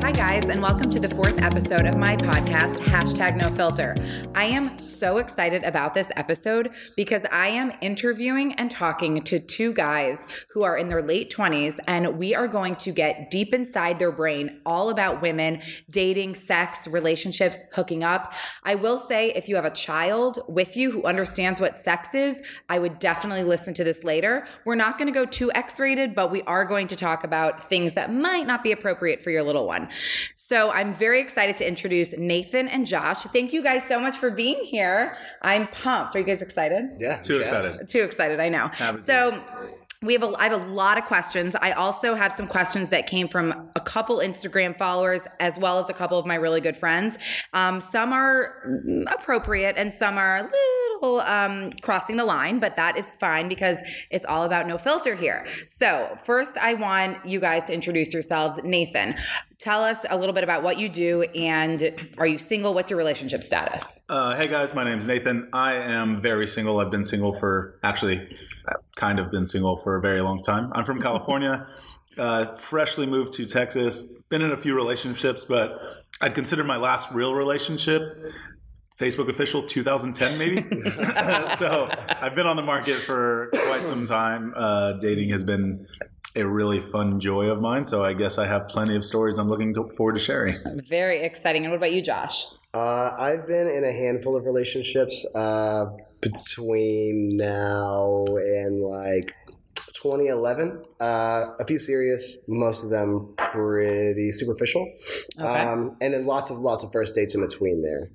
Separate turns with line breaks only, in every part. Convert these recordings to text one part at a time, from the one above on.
Hi, guys, and welcome to the fourth episode of my podcast, hashtag no filter. I am so excited about this episode because I am interviewing and talking to two guys who are in their late 20s, and we are going to get deep inside their brain all about women, dating, sex, relationships, hooking up. I will say, if you have a child with you who understands what sex is, I would definitely listen to this later. We're not going to go too X rated, but we are going to talk about things that might not be appropriate for your little one. So I'm very excited to introduce Nathan and Josh. Thank you guys so much for being here. I'm pumped. Are you guys excited?
Yeah.
Too
yes.
excited.
Too excited, I know.
Haven't
So we have a, I have a lot of questions. I also have some questions that came from a couple Instagram followers as well as a couple of my really good friends. Um, some are mm, appropriate and some are a little um, crossing the line, but that is fine because it's all about no filter here. So first, I want you guys to introduce yourselves. Nathan, tell us a little bit about what you do and are you single? What's your relationship status?
Uh, hey guys, my name's Nathan. I am very single. I've been single for actually, I've kind of been single for a very long time. I'm from California. uh, freshly moved to Texas. Been in a few relationships, but I'd consider my last real relationship Facebook official 2010 maybe. so I've been on the market for quite some time. Uh, dating has been a really fun joy of mine. So I guess I have plenty of stories I'm looking to, forward to sharing.
Very exciting. And what about you, Josh?
Uh, I've been in a handful of relationships uh, between now and like 2011. Uh, a few serious, most of them pretty superficial,
Okay.
um, and then lots of lots of first dates in between there.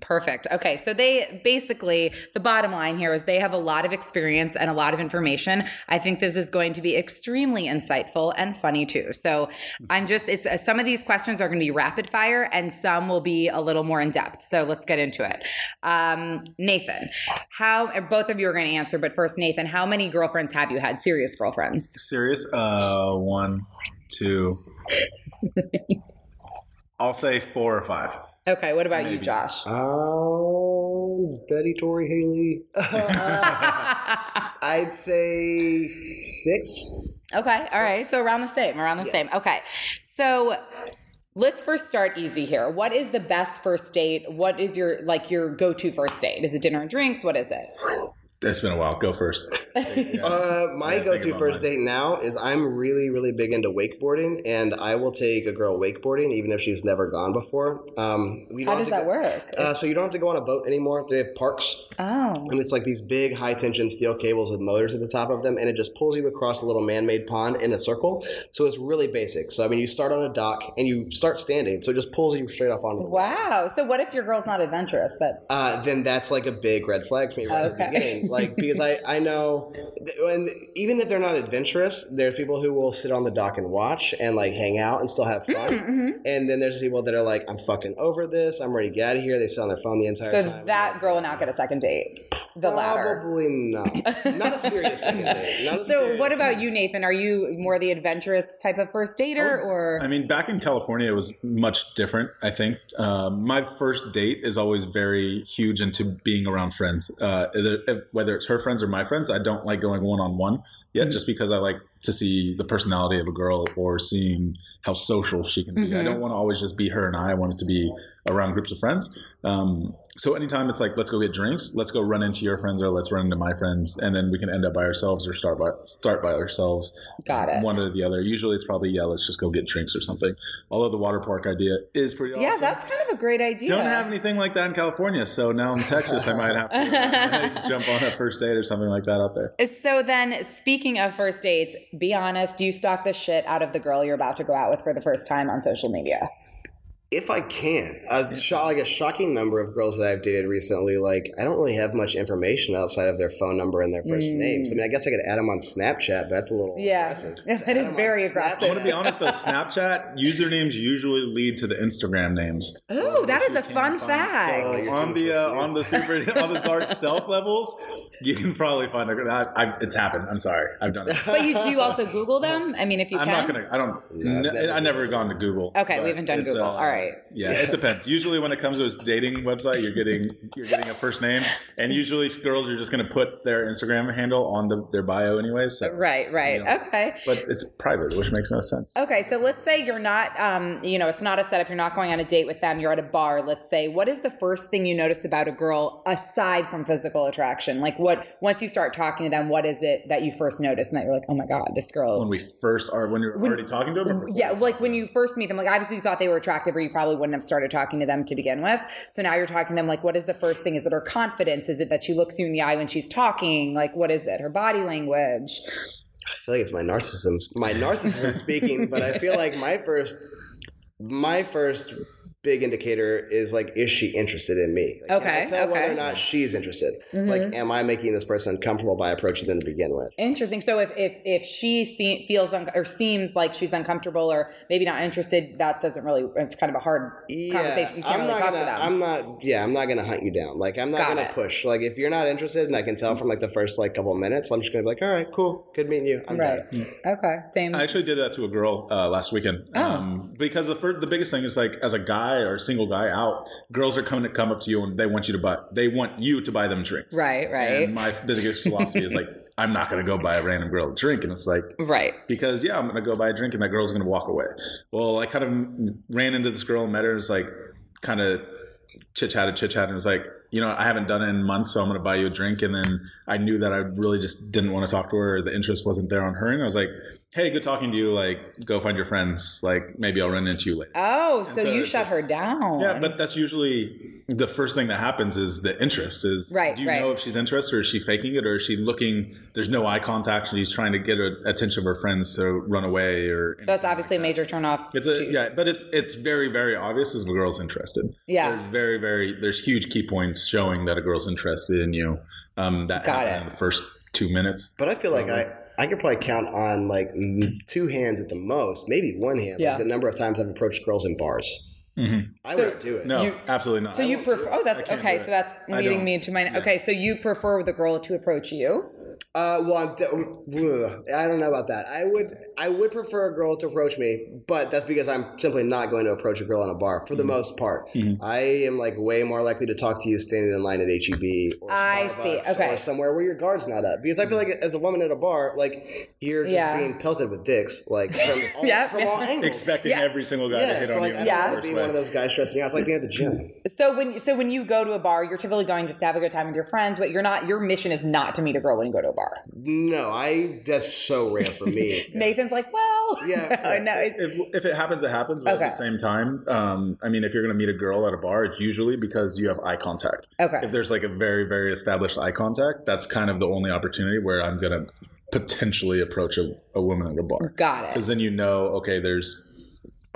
Perfect. Okay. So they basically, the bottom line here is they have a lot of experience and a lot of information. I think this is going to be extremely insightful and funny too. So I'm just, it's uh, some of these questions are going to be rapid fire and some will be a little more in depth. So let's get into it. Um, Nathan, how, uh, both of you are going to answer, but first, Nathan, how many girlfriends have you had? Serious girlfriends?
serious. Uh, one, two. I'll say four or five.
Okay. What about you,
Maybe.
Josh?
Um, Betty, Tori, Haley. I'd say six.
Okay. All right. So around the same, around the same. Okay. So let's first start easy here. What is the best first date? What is your like your go-to first date? Is it dinner and drinks? What is it?
It's been a while. Go first.
Uh, my
Yeah, think
go-to
about
first
mine.
date now is I'm really, really big into wakeboarding, and I will take a girl wakeboarding even if she's never gone before. Um, we
How
don't
does
have
that
to go-
work?
Uh, so you don't have to go on a boat anymore. They have parks,
Oh.
and it's like these big, high-tension steel cables with motors at the top of them, and it just pulls you across a little man-made pond in a circle. So it's really basic. So I mean, you start on a dock and you start standing, so it just pulls you straight off onto the water.
Wow. So what if your girl's not adventurous? That
uh, then that's like a big red flag for me right
Okay.
at the beginning. Like because I I know, and even if they're not adventurous, there's people who will sit on the dock and watch and like hang out and still have fun.
Mm-hmm.
And then there's people that are like, I'm fucking over this. I'm ready to get out of here. They sit on their phone the entire
so
time.
that girl will not get a second date. The latter.
Probably not. Not a serious second date. Not a
So
serious
what about you, Nathan? Are you more the adventurous type of first
Oh,
dater or
I mean, back in California, it was much different. I think Um my first date is always very huge into being around friends. Uh, either- if- whether it's her friends or my friends, I don't like going one on one yet, just because I like to see the personality of a girl or seeing how social she can be. I don't want to always just be her and I. I want it to be around groups of friends. Um, so anytime it's like, let's go get drinks, let's go run into your friends or let's run into my friends, and then we can end up by ourselves or start by start by ourselves.
Got it.
One or the other. Usually it's probably yeah, let's just go get drinks or something. Although the water park idea is pretty
Yeah,
awesome.
that's kind of a great idea.
Don't have anything like that in California, so now in Texas I might have to like, jump on a first date or something like that out there.
So then, speaking of first dates, be honest, do you stalk the shit out of the girl you're about to go out with for the first time on social media?
If I can, a shot like a shocking number of girls that I've dated recently, like I don't really have much information outside of their phone number and their first names. I mean, I guess I could add them on Snapchat, but that's a little
Yeah.
aggressive.
That
Add
is
'em on
very aggressive.
I want to be honest though, Snapchat usernames usually lead to the Instagram names.
Oh, that is a fun
so-
fact.
Like,
on the
it's
uh,
safe.
on the super on the dark stealth levels, you can probably find a. that- I, it's happened. I'm sorry, I've done it.
But you do also Google them? I mean, if you
I'm
can.
not gonna. I don't.
Yeah, I've
n-
never
I never
done
gone to Google.
Okay, we
but
haven't done
it's, uh,
Google. All right.
Yeah, it depends. Usually, when it comes to a dating website, you're getting you're getting a first name, and usually girls are just gonna put their Instagram handle on the, their bio anyway. So
Right, right.
Yeah.
Okay.
but it's private, which makes no sense.
Okay, so let's say you're not, um, you know, it's not a setup. You're not going on a date with them. You're at a bar. Let's say, what is the first thing you notice about a girl aside from physical attraction? Like, what once you start talking to them, what is it that you first notice and that you're like, oh my god, this girl?
When we first are, when you're already talking to them. or
yeah,
before?
like when you first meet them, like obviously you thought they were attractive, or you probably wouldn't have started talking to them to begin with. So now you're talking to them. Like, what is the first thing? Is it her confidence? Is it that she looks you in the eye when she's talking? Like, what is it? Her body language.
I feel like it's my narcissism. My narcissism speaking, but I feel like my first, my first big indicator is like, is she interested in me? Like, can I
Okay,
tell whether
okay. Mm-hmm.
or not she's interested. Like, am I making this person uncomfortable by approaching them to begin with?
Interesting. So if if if she se- feels un- or seems like she's uncomfortable or maybe not interested, that doesn't really. It's kind of a hard conversation. You can't
I'm
really
not
talk
gonna,
to them.
I'm not. Yeah, I'm not gonna hunt you down. Like I'm not
Got
gonna
it.
push. Like if you're not interested, and I can tell from like the first like couple minutes, I'm just gonna be like, all right, cool, good meeting you. I'm
right.
done.
Okay. Same.
Mm. I actually did that to a girl uh, last weekend.
Oh.
Um, because the first, the biggest thing is like as a guy or a single guy out, girls are coming to come up to you and they want you to buy they want you to buy them drinks.
right. Right.
And my biggest philosophy is like I'm not gonna go buy a random girl a drink, and it's like
right.
because yeah, I'm gonna go buy a drink and that girl's gonna walk away. Well, I kind of ran into this girl, met her, and was like, kind of chit chatted, chit chatted, and was like, you know, I haven't done it in months, so I'm gonna buy you a drink. And then I knew that I really just didn't want to talk to her. or The interest wasn't there on her, and I was like, hey, good talking to you. Like, go find your friends. Like, maybe I'll run into you later.
Oh, so,
so
you
it's
shut
just-
her down.
Yeah, but that's usually the first thing that happens is the interest is
Right,
Do you
right.
know if she's interested or is she faking it or is she looking? There's no eye contact. and She's trying to get a, attention of her friends to run away or.
that's obviously a major turnoff.
It's a
to-
yeah, but it's it's very very obvious if a girl's interested.
Yeah.
there's very very there's huge key points showing that a girl's interested in you. Um, that
Got
happen
it.
in the first two minutes.
But I feel like I. I could probably count on like m- two hands at the most, maybe one hand.
Yeah.
Like the number of times I've approached girls in bars,
Mhm.
I wouldn't do it.
No,
You-
absolutely not.
So you prefer? Oh, that's
can't
okay. So
do it.
that's
I
leading
don't.
me to my. Okay, so you prefer the girl to approach you?
Uh, well, I'm de- ugh, I don't know about that. I would, I would prefer a girl to approach me, but that's because I'm simply not going to approach a girl in a bar for the
Mm-hmm.
most part. I am like way more likely to talk to you standing in line at HEB. Or
I see.
Starbucks
Okay. Mm-hmm.
Or somewhere where your guard's not up, because I feel like as a woman at a bar, like you're just
Yeah.
being pelted with dicks, like from all,
Yeah.
from all angles.
expecting
Yeah.
every single guy to
yeah,
hit
so
on
like
you.
I don't
in the
Yeah.
want
worst
to be
way.
one of those guys stressing out. It's like being at the gym.
So when so when you go to a bar, you're typically going just to have a good time with your friends, but you're not. Your mission is not to meet a girl when you go to a bar.
No, I. That's so rare for me.
Nathan's like, well,
Yeah, yeah.
no, it-
if, if it happens, it happens. But
Okay.
at the same time, um, I mean, if you're going to meet a girl at a bar, it's usually because you have eye contact.
Okay.
If there's like a very, very established eye contact, that's kind of the only opportunity where I'm going to potentially approach a, a woman at a bar.
got
Because
it.
then you know, okay, there's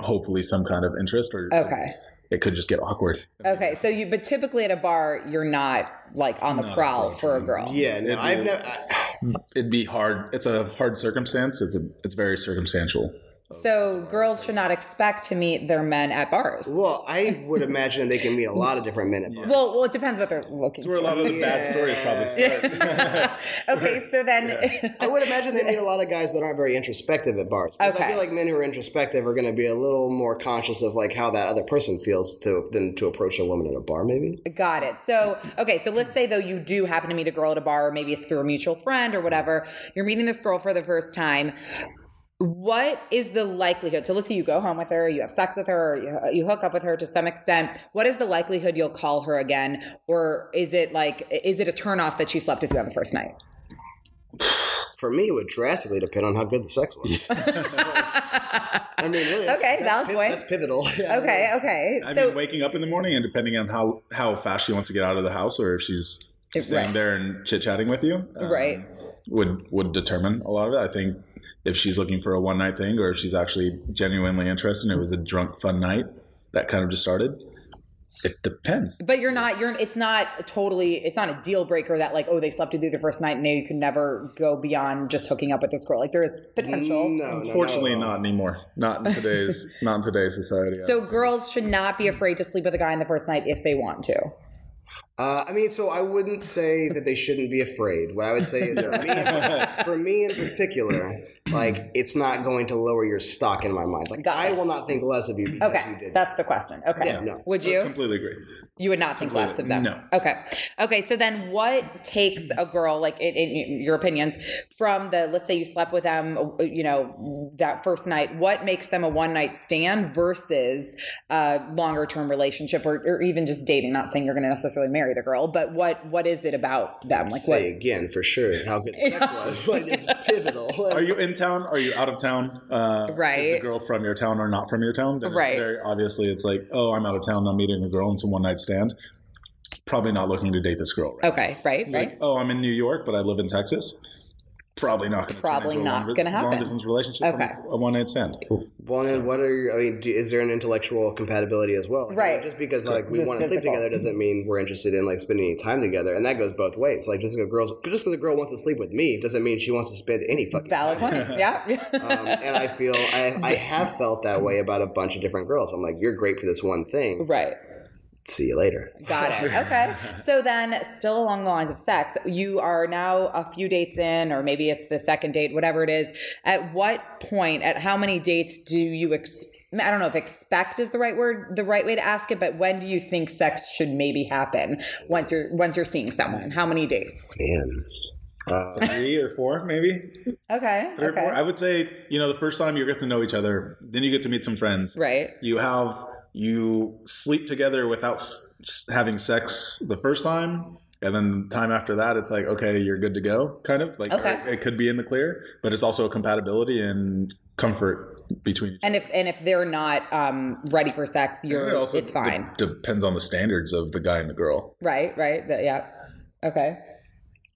hopefully some kind of interest, or
Okay,
it could just get awkward.
okay. So you, but typically at a bar, you're not like on the
Not
prowl for a
approaching.
girl.
Yeah, no,
It'd
I've
be-
never. I,
It'd be hard. It's a hard circumstance. It's a, it's very circumstantial.
So girls should not expect to meet their men at bars. Well,
Well, I would imagine they can meet a lot of different men at bars.
well, it depends what they're looking.
It's where a lot of the bad stories probably start.
for. okay, so then,
I would imagine they meet a lot of guys that aren't very introspective at bars. Because
Okay.
I feel like men who are introspective are going to be a little more conscious of like how that other person feels to than to approach a woman at a bar. Maybe
Got it. So, okay, so let's say though you do happen to meet a girl at a bar, or maybe it's through a mutual friend or whatever. You're meeting this girl for the first time. What is the likelihood? So let's say you go home with her, you have sex with her, or you, you hook up with her to some extent. What is the likelihood you'll call her again, or is it like is it a turnoff that she slept with you on the first night?
For me, it would drastically depend on how good the sex was. I mean, really, that's,
Okay,
that's
valid
pi-
point.
That's pivotal. Yeah, I
Okay, okay.
I
so
mean, waking up in the morning and depending on how how fast she wants to get out of the house, or if she's
Right.
staying there and chit chatting with you, um,
Right.
Would would determine a lot of it. I think if she's looking for a one night thing, or if she's actually genuinely interested, and it was a drunk fun night that kind of just started. It depends.
but you're not you're it's not totally it's not a deal breaker that like oh they slept with you the first night and now you can never go beyond just hooking up with this girl. Like there is potential.
don't know. No, no, no,
Fortunately,
no.
not anymore. Not in today's not in today's society.
So girls should not be afraid to sleep with a guy on the first night if they want to.
Uh, I mean, so I wouldn't say that they shouldn't be afraid. What I would say is, for me, for me in particular, like it's not going to lower your stock in my mind. Like
Got
I
it.
will not think less of you because you
Okay,
did. that.
that's the question. Okay,
Yeah, no.
would you?
completely agree.
You would not think less of them.
No.
Okay. Okay. So then, what takes a girl, like in, in your opinions, from the let's say you slept with them, uh, you know, that first night? What makes them a one night stand versus a longer term relationship, or, or even just dating? Not saying you're going to necessarily marry the girl, but what what is it about them? Like what?
say again for sure how good the sex was. Like it's pivotal.
Are you in town? Are you out of town? Uh, Is the
Right.
girl from your town or not from your town? Then it's
Right.
Very obviously, it's like, oh, I'm out of town. I'm meeting a girl. It's a one night stand. Probably not looking to date this girl. Right.
Okay. Right. Right.
Like, oh, I'm in New York, but I live in Texas. Probably not. Gonna
Probably
turn into a
not
long,
gonna happen.
Long distance relationship. from
Okay.
A one night stand.
Well, and then what are your, I mean, do, is there an intellectual compatibility as well? Like,
Right.
Just because like we
Just
want to sleep
physical.
together doesn't mean we're interested in like spending any time together, and that goes both ways. Like just because girls, just because a girl wants to sleep with me doesn't mean she wants to spend any fucking
Valid
time.
point. Yeah.
Um, and I feel I, I have felt that way about a bunch of different girls. I'm like, you're great for this one thing.
right.
See you later.
Got it. Okay. So then, still along the lines of sex, you are now a few dates in, or maybe it's the second date, whatever it is. At what point, at how many dates do you, ex- I don't know if expect is the right word, the right way to ask it, but when do you think sex should maybe happen once you're once you're seeing someone? How many dates?
Man, Uh,
Three or four, maybe.
Okay.
Three or
okay.
four. I would say, you know, the first time you get to know each other, then you get to meet some friends.
right.
you have you sleep together without s- s- having sex the first time and then the time after that it's like okay you're good to go kind of like
Okay.
it, it could be in the clear but it's also compatibility and comfort between each
And if and if they're not um, ready for sex,
other.
you're
It also
it's fine.
de- depends on the standards of the guy and the girl
right. Right. The- yeah. Okay.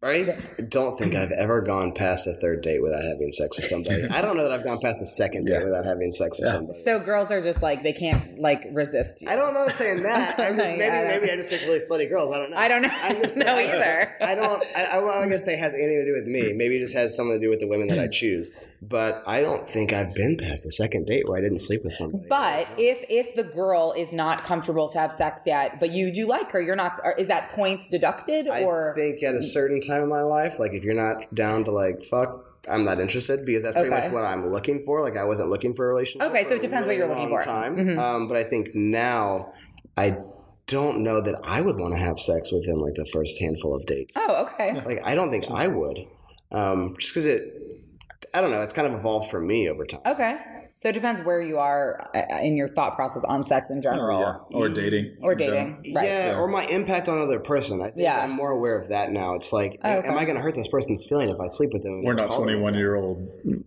I don't think I've ever gone past a third date without having sex with somebody. I don't know that I've gone past a second date
Yeah.
without having sex with somebody.
So girls are just like they can't like resist you.
I don't know saying that. I'm just,
Yeah,
maybe
I know.
maybe I just pick really slutty girls. I don't know.
I don't know.
I'm just-
No, either.
I don't. I, I want to say it has anything to do with me. Maybe it just has something to do with the women that I choose. But I don't think I've been past a second date where I didn't sleep with somebody.
But if if the girl is not comfortable to have sex yet, but you do like her, you're not. Or is that points deducted or
I think at a certain time in my life, like if you're not down to like fuck, I'm not interested because that's pretty
Okay.
much what I'm looking for. Like I wasn't looking for a relationship.
Okay,
for
so it
a
depends what
really
you're looking
long
for. Mm-hmm.
Time, um, but I think now I don't know that I would want to have sex within like the first handful of dates.
Oh, okay.
Like I don't think I would, um, just because it. I don't know. It's kind of evolved for me over time.
Okay. So it depends where you are uh, in your thought process on sex in general
Yeah. or dating
or
in general.
dating. Right.
Yeah, or my impact on another person. I think
Yeah. Oh,
I'm more aware of that now. It's like, am I going to hurt this person's feeling if I sleep with them? and
we're not
call them?
21 year old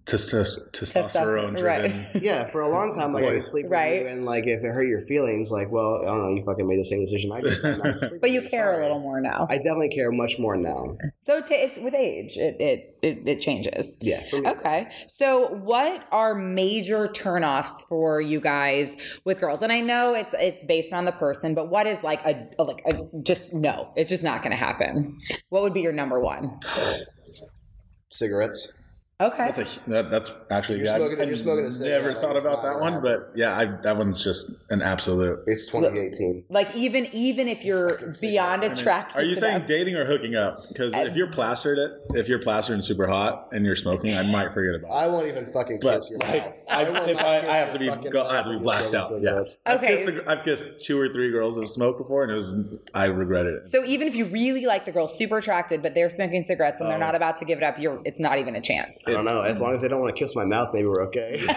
testosterone driven
right.
Yeah, for a long time, like I could sleep
Right.
with you, and like if it hurt your feelings, like, well, I don't know, you fucking made the same decision I did. and I'm sleeping
But you
with
care
sorry.
a little more now.
I definitely care much more now.
so t- it's with age, it it it, it changes.
Yeah, for me.
Okay. So what are major turnoffs for you guys with girls? And I know it's it's based on the person, but what is like a, a- like a, just no, it's just not going to happen. What would be your number one?
cigarettes.
Okay.
That's a that, that's actually
You're
yeah,
smoking-
I've
you're smoking a
never
cigarette,
thought
it's
about
not
that
gonna
one,
happen.
but yeah, I, that one's just an absolute.
It's 2018.
like even even if you're beyond attracted
Are you
to
saying
them.
dating or hooking up? Because if you're plastered it, if you're plastered and super hot and you're smoking, I might forget about it.
I won't even fucking
But
kiss your mouth.
like, I,
will
if
not
I,
kiss
I have to
your
be,
fucking
go, I have to
mouth
be
when you're
blacked out.
smoking
Yeah.
cigarettes.
I've
Okay.
kissed, a- I've kissed two or three girls that have smoked before, and it was I regretted it. Uh,
so even if you really like the girl, super attracted, but they're smoking cigarettes and they're not about to give it up, you're it's not even a chance.
I don't know. As long as they don't want to kiss my mouth, maybe we're okay.
There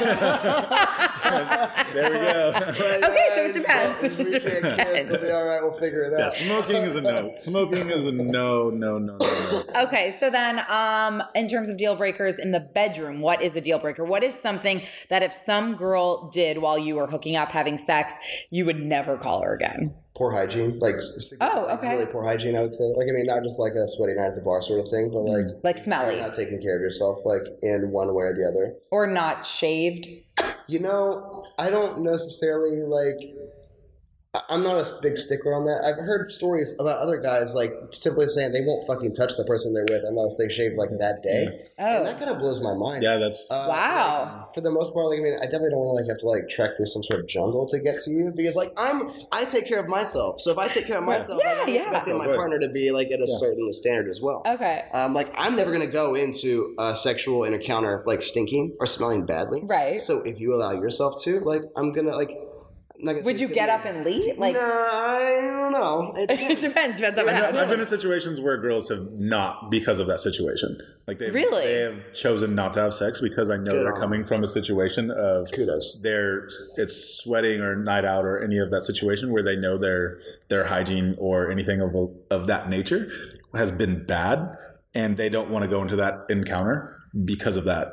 we go.
Okay, so it depends.
we can't kiss. We'll be all right. We'll figure it
Yeah,
out.
smoking is a no. Smoking is a no, no, no, no. no.
Okay, so then, um, in terms of deal breakers in the bedroom, what is a deal breaker? What is something that if some girl did while you were hooking up, having sex, you would never call her again?
Poor hygiene, like s-
Oh,
like,
okay.
really poor hygiene. I would say, like I mean, not just like a sweaty night at the bar sort of thing, but like
Like
you're
smelly
not taking care of yourself, like in one way or the other.
or not shaved?
You know, I don't necessarily like. I- I'm not a big stickler on that. I've heard stories about other guys like simply saying they won't fucking touch the person they're with unless they shave like that day,
Oh,
and that kind of blows my mind.
Yeah, that's
Uh,
Wow.
like, for the most part, like I mean, I definitely don't want to like have to like trek through some sort of jungle to get to you because like I'm I take care of myself. So if I take care of myself,
Yeah,
like, I'm
yeah.
expecting my
Of course.
partner to be like at a certain standard as well.
okay,
Um, like I'm never gonna go into a sexual encounter like stinking or smelling badly.
right.
So if you allow yourself to, like, I'm gonna like. I'm not gonna
would
say
you
it's
get
gonna
up
be-
and leave? Like,
no, I don't know. It
it
depends.
depends. Depends on what
I've, I've
happens.
been in situations where girls have not because of that situation. Like they
Really?
they have chosen not to have sex because I know
Good
they're
on them.
coming from a situation of
Kudos.
they're it's sweating or night out or any of that situation where they know their their hygiene or anything of of that nature has been bad and they don't want to go into that encounter because of that.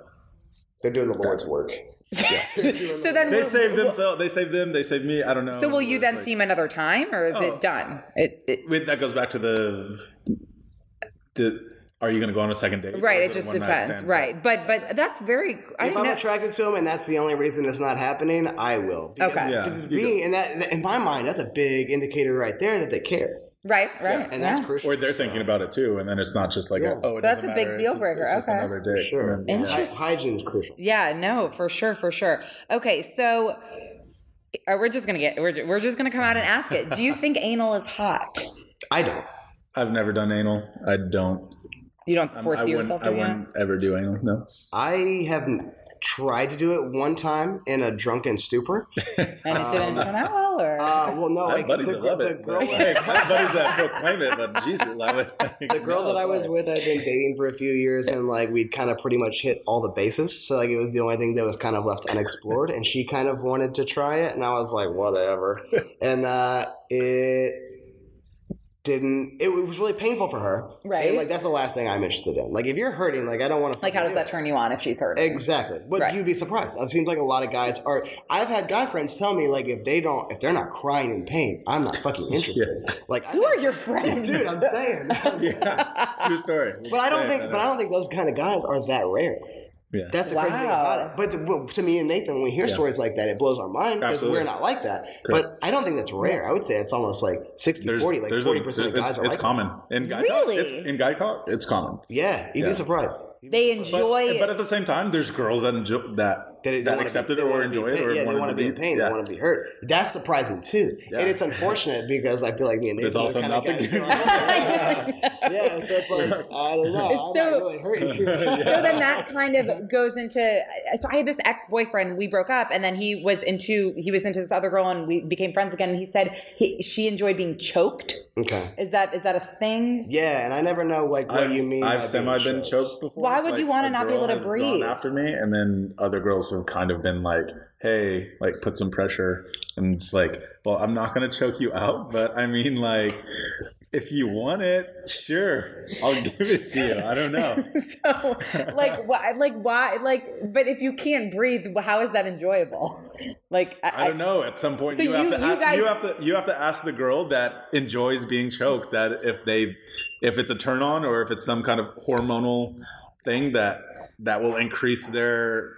They're doing the Lord's work.
so then,
They
will-
save themselves. They save them. They save me. I don't know.
So will you
It's
then
like-
see him another time, or is
Oh.
it done? It, it-
Wait, that goes back to the. the are you going to go on a second date?
right.
Or
It
is a
just
one-night
depends.
stand?
Right. But but that's very. I
if
didn't
I'm
know.
attracted to him and that's the only reason it's not happening, I will. Because,
Okay.
Yeah,
Because
you
being in that, in my mind, that's a big indicator right there that they care,
right. Right.
and that's
yeah.
crucial.
Or they're thinking about it too, and then it's not just like,
Yeah.
oh, it
So that's
doesn't
a big
matter,
deal
it's-
breaker,
It's just
okay.
another date.
Sure.
And then-
Interesting.
Hy- hygiene is crucial.
Yeah, no, for sure, for sure. Okay, so uh, we're just gonna get we're ju- we're just gonna come out and ask it. Do you think anal is hot?
I don't.
I've never done anal. I don't.
You don't
I'm,
foresee
Um, I wouldn't.
yourself
I
doing
wouldn't ever do anal. No.
I have tried to do it one time in a drunken stupor.
that, and it didn't turn out well, or
Um,
Uh, well, no,
I
like
have buddies
the,
that
girl-
love
the
it.
girl,
but- like, I have buddies that proclaim it, but Jesus, love it.
the girl that I was with, I'd been dating for a few years, and like we'd kind of pretty much hit all the bases. So like it was the only thing that was kind of left unexplored, and she kind of wanted to try it, and I was like, whatever. And uh, it didn't. It was really painful for her,
Right.
And, like that's the last thing I'm interested in. Like if you're hurting, like I don't want to.
like how does that turn you on if she's hurt?
Exactly, but
Right.
you'd be surprised. It seems like a lot of guys are. I've had guy friends tell me like if they don't, if they're not crying in pain, I'm not fucking interested. Like
Who are your friends?
dude? I'm saying. I'm saying.
Yeah, true story.
But I don't think, but
uh,
I don't think those kind of guys are that rare.
Yeah.
That's the crazy thing
Wow.
about it. But to, well, to me and Nathan, when we hear stories like that, it blows our mind because
Absolutely.
we're not like that. But I don't think that's rare. I would say it's almost like 60, 40, like
a-
40 percent of
there's-
guys
it's,
are
it's
like
common in guy talk.
Really?
It's, in guy talk, it's common.
That. Yeah, you'd
Yeah.
be surprised.
They enjoy
But, but at the same time, there's girls that enjoy that
They- they
that
wanna
accept
be-
it
they
or
wanna be
enjoy
in
it
pain.
or
yeah,
want
they want to be in pain.
Yeah.
They want to be hurt. That's surprising too,
Yeah.
and it's unfortunate because I feel like me and Nathan
It's
are
also
kinda
not the
guys
game.
who are- yeah, so it's like I don't know. I'm
so-
not really hurting. you.
so then that kind of goes into so i had this ex-boyfriend we broke up and then he was into he was into this other girl and we became friends again and he said he, she enjoyed being choked
okay.
is that is that a thing
Yeah, and I never know like what
I've,
you mean.
I've
by
semi
being
been choked before.
Why would you wanna
a
not be able
girl
to
has gone
breathe?
after me? And then other girls have kind of been like, "Hey, like put some pressure," and it's like, "Well, I'm not gonna choke you out, but I mean, like, if you want it, sure, I'll give it to you. I don't know."
so like why like why like but if you can't breathe how is that enjoyable like
I don't know. At some point,
So
you, have
you-
to
you
ask.
guys-
you have to. You have to ask the girl that enjoys being choked that if they, if it's a turn on or if it's some kind of hormonal thing that that will increase their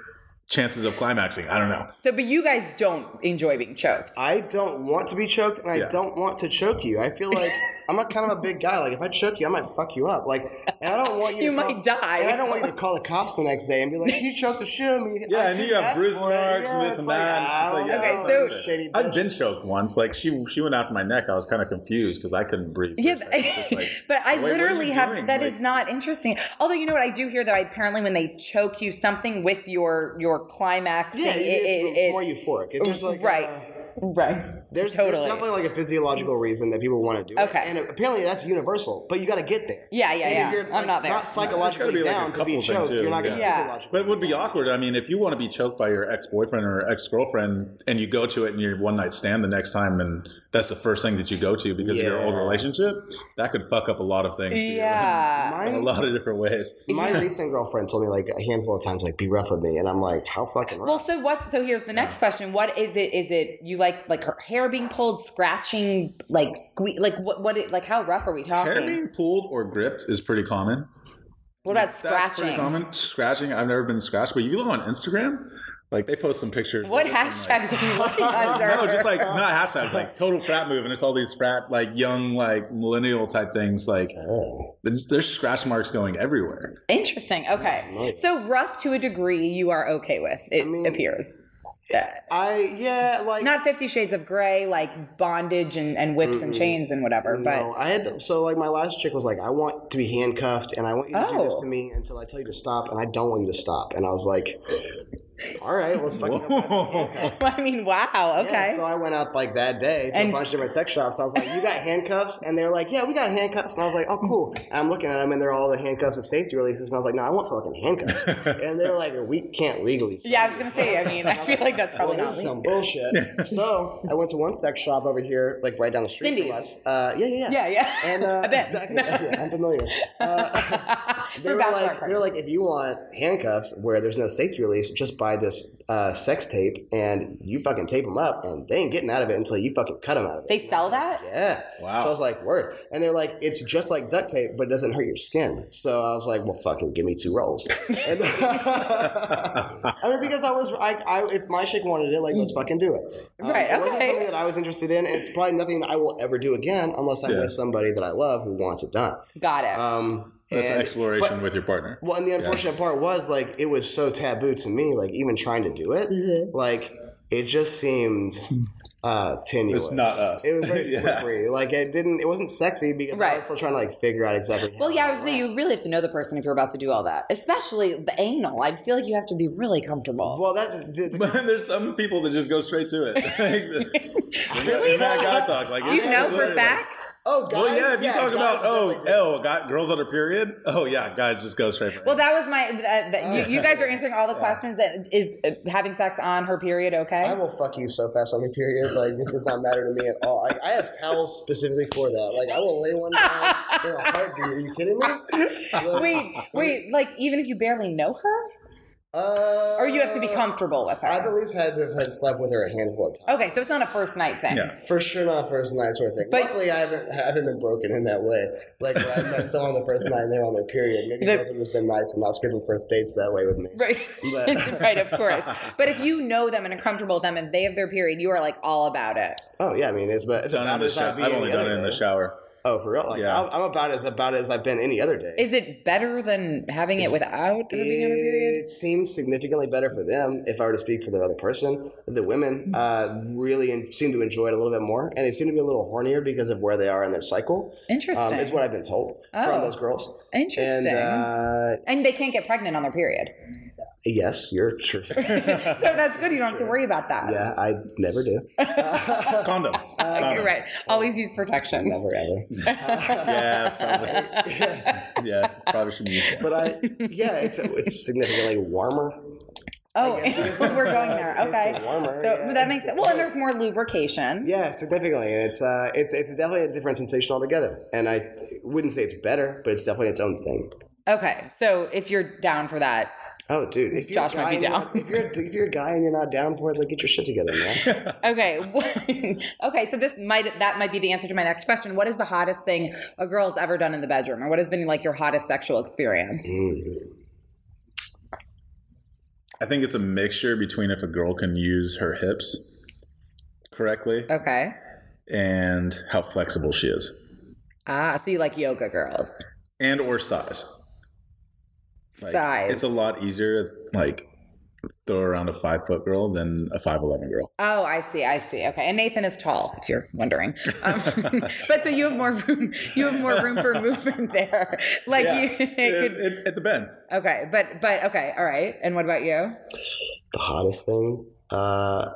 chances of climaxing. I don't know.
so but you guys don't enjoy being choked
I don't want to be choked, and I
Yeah.
don't want to choke you. I feel like I'm a kind of a big guy. Like if I choke you, I might fuck you up. Like, and I don't want you.
You
to
might die.
And I don't want you to call the cops the next day and be like, "You choked the shit out of me."
Yeah, I,
did
knew you have
ask
bruise
for it."
marks and
Yeah,
this
it's
and
like,
that.
I
It's
don't
like, yeah,
know.
Okay,
It's
so-
a shitty
I've
bitch.
been choked once. Like she she went after my neck. I was kind of confused because I couldn't breathe. for a
Yeah,
second. It's like,
but I
wait, what are you
literally have
doing?
that is
Like-
not interesting. Although you know what I do hear though, apparently when they choke you something with your your climax,
Yeah,
thing,
it's, it's more euphoric. It's just like
right,
uh,
right.
There's,
Totally.
there's definitely like a physiological reason that people want to do
Okay.
it. And apparently that's universal, but you got to get there.
Yeah, yeah,
and
yeah.
If you're,
I'm
like,
not there.
Not psychologically
There's gotta be, like, a
down to being
couple thing,
choked.
too,
You're not going to
yeah.
yeah.
But it would be awkward. I mean, if you want to be choked by your ex boyfriend or ex girlfriend and you go to it in your one night stand the next time and that's the first thing that you go to because of your
Yeah.
old relationship, that could fuck up a lot of things. for you
Yeah.
In a
Mine,
lot of different ways.
my recent girlfriend told me like a handful of times, like, be rough with me. And I'm like, how fucking rough?
Well, so what's so here's the next question. What is it? Is it you like like her hair being pulled, scratching, like squeak, like what what it, like how rough are we talking?
Hair being pulled or gripped is pretty common.
what about
That's pretty
scratching?
common. Scratching, I've never been scratched, but you look on Instagram, like they post some pictures.
What
of it and, like-
hashtags are you looking under?
No, just like not hashtags, like total frat move, and it's all these frat, like young, like millennial type things. Like there's, there's scratch marks going everywhere.
Interesting. Okay. So rough to a degree you are okay with, it appears. Yeah.
I, yeah, like.
Not Fifty Shades of Grey, like bondage and, and whips and chains and whatever, but
No, I had so like my last chick was like, I want to be handcuffed and I want you to do
Oh.
this to me until I tell you to stop and I don't want you to stop. And I was like, All right, let's fucking have sex with handcuffs."
I mean, wow. Okay.
Yeah, so I went out like that day to
And-
a bunch of different sex shops. I was like, "You got handcuffs?" And they're like, "Yeah, we got handcuffs." And I was like, "Oh, cool." And I'm looking at them, and they're all the handcuffs with safety releases. And I was like, "No, I want fucking handcuffs." and they're like, "We can't legally." sell
yeah, I was
you."
gonna say. I mean, I feel like that's probably
Well, this
not
is
legal.
some bullshit. so I went to one sex shop over here, like right down the street.
Cindy's.
From us. Uh, yeah, yeah, yeah.
Yeah, yeah.
And uh,
I bet.
exactly. Yeah, I'm familiar. Uh, they
For bachelor
were like, they
parties.
were like, if you want handcuffs where there's no safety release, just buy this uh, sex tape and you fucking tape them up, and they ain't getting out of it until you fucking cut them out of it.
They sell that?
yeah.
Wow.
So I was like, word. And they're like, it's just like duct tape, but it doesn't hurt your skin. So I was like, well, fucking give me two rolls. And- I mean, because I was, I, I, if my chick wanted it, like, let's
Mm.
fucking do it. Um,
Right,
It wasn't
okay.
something that I was interested in. It's probably nothing I will ever do again unless I'm
Yeah.
with somebody that I love who wants it done.
Got it.
Um,
That's
and-
exploration with your partner.
well, and the unfortunate part was like it was so taboo to me, like even trying to do it,
Mm-hmm.
like it just seemed uh tenuous.
It's not us.
It was very
Yeah.
slippery. Like it didn't. It wasn't sexy because I
Right.
was still trying to like figure out exactly.
well,
how
yeah, I
it
was saying
went.
you really have to know the person if you're about to do all that, especially the anal. I feel like you have to be really comfortable.
Well, that's the, the-
But there's some people that just go straight to it. really? That guy talk. Like,
do you
yeah,
know for
it's
a
literally like-
fact?
oh, guys,
Well, yeah. If you talk about
guys
oh,
definitely-
oh, got girls on a period. Oh, yeah, guys just go straight. For
Well, that was my. Uh, that you, you guys are answering all the questions. That is uh, having sex on her period okay?
I will fuck you so fast on your period. Like it does not matter to me at all. I, I have towels specifically for that. Like I will lay one down in a heartbeat. Are you kidding me? Like,
wait, wait. Like even if you barely know her,
uh,
or you have to be comfortable with
I've at
her.
least had to have slept with her a handful of times.
Okay, so it's not a first night thing.
Yeah.
For sure, not first night sort of thing.
But-
Luckily, I haven't I haven't been broken in that way. Like where I met someone the first night and they were on their period. Maybe
The-
it hasn't just been nice and not skipping first dates that way with me.
Right,
But-
right, of course. But if you know them and are comfortable with them, and they have their period, you are like all about it.
Oh yeah, I mean it's but it's
done in
about
the
as I'd
shower.
be
I've
any
only done
other
it in the
day.
shower.
Oh, for real? Like
Yeah.
I'm, I'm about as about as I've been any other day.
Is it better than having it without her being on a period?
it seems significantly better for them if I were to speak for the other person. The
Mm-hmm.
women uh, really en- seem to enjoy it a little bit more, and they seem to be a little hornier because of where they are in their cycle.
Interesting.
Um, is what I've been told
Oh.
from those girls.
Interesting.
And uh,
and they can't get pregnant on their period.
yes, you're true.
so that's good. You don't have to worry about that.
Yeah, I never do.
Condoms. Condoms.
Uh, You're right. Always use protection.
Never ever.
Yeah, probably. yeah, probably should use that.
But I, yeah, it's it's significantly warmer.
Oh, we're going there.
It's
Okay.
warmer,
so
yeah,
that makes
it's-
sense. Well, and there's more lubrication.
Yeah, significantly, and it's uh, it's it's definitely a different sensation altogether. And I wouldn't say it's better, but it's definitely its own thing.
Okay. So if you're down for that,
Oh, dude, if you're a
Josh might
guy
be
and you're
down.
not- If you're a- if you're a guy and you're not down for it, like get your shit together, man.
okay. okay. So this might that might be the answer to my next question. What is the hottest thing a girl's ever done in the bedroom, or what has been like your hottest sexual experience?
Mm. Mm-hmm.
I think it's a mixture between if a girl can use her hips correctly
Okay.
and how flexible she is,
Ah, so you like yoga girls?
and or size. Like,
Size.
It's a lot easier, like throw around a five foot girl than a five eleven girl.
Oh, I see. I see. Okay, and Nathan is tall, if you're wondering. Um, but so you have more room. You have more room for movement there. Like you,
Yeah.
it
it,
could.
it- it depends.
Okay, but but okay, all right. And what about you?
the hottest thing, uh,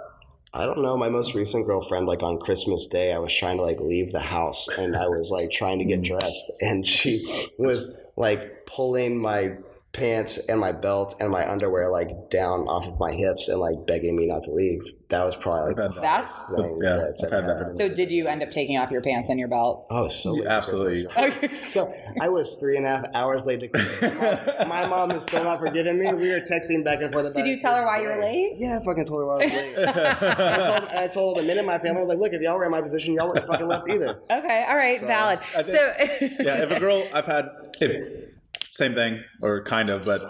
I don't know. My most recent girlfriend, like on Christmas Day, I was trying to like leave the house and I was like trying to
Hmm.
get dressed and she was like pulling my pants and my belt and my underwear like down off of my hips and like begging me not to leave. That was probably like
I've
the
had
That's-
hardest thing
Yeah,
that's
I've
ever
had that.
happened.
So did you end up taking off your pants and your belt?
Oh, so late for
Absolutely.
Christmas. So I was three and a half hours late to Christmas. My mom is still not forgiving me. We were texting back and forth. About
Did you
it
tell her
this
why you were
day.
late?
Yeah, I fucking told her why I was late. I told, I told the men in my family, I was like, look, if y'all were in my position, y'all wouldn't have fucking left either.
Okay, all right, valid.
I think-
so
yeah, if a girl I've had if same thing or kind of, but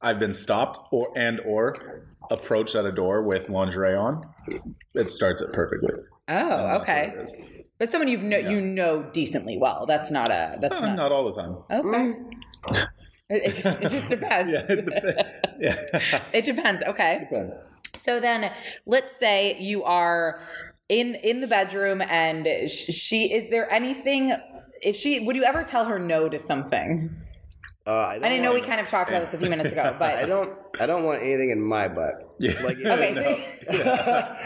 I've been stopped or and or approached at a door with lingerie on, it starts it perfectly.
Oh,
That's what
okay.
it is.
But someone you've know you know decently well. That's not a that's
Uh,
not,
Not all the time.
okay. it, it just depends.
Mm. Yeah, it depends. Yeah.
It depends. Okay. So then, let's say you are in in the bedroom, and sh- she is there anything? If she would you ever tell her no to something?
Uh, I, don't
I didn't know we
want-
kind of talked about this a few minutes ago,
I
but
don't. I don't want anything in my butt.
Yeah.
Like,
okay. so-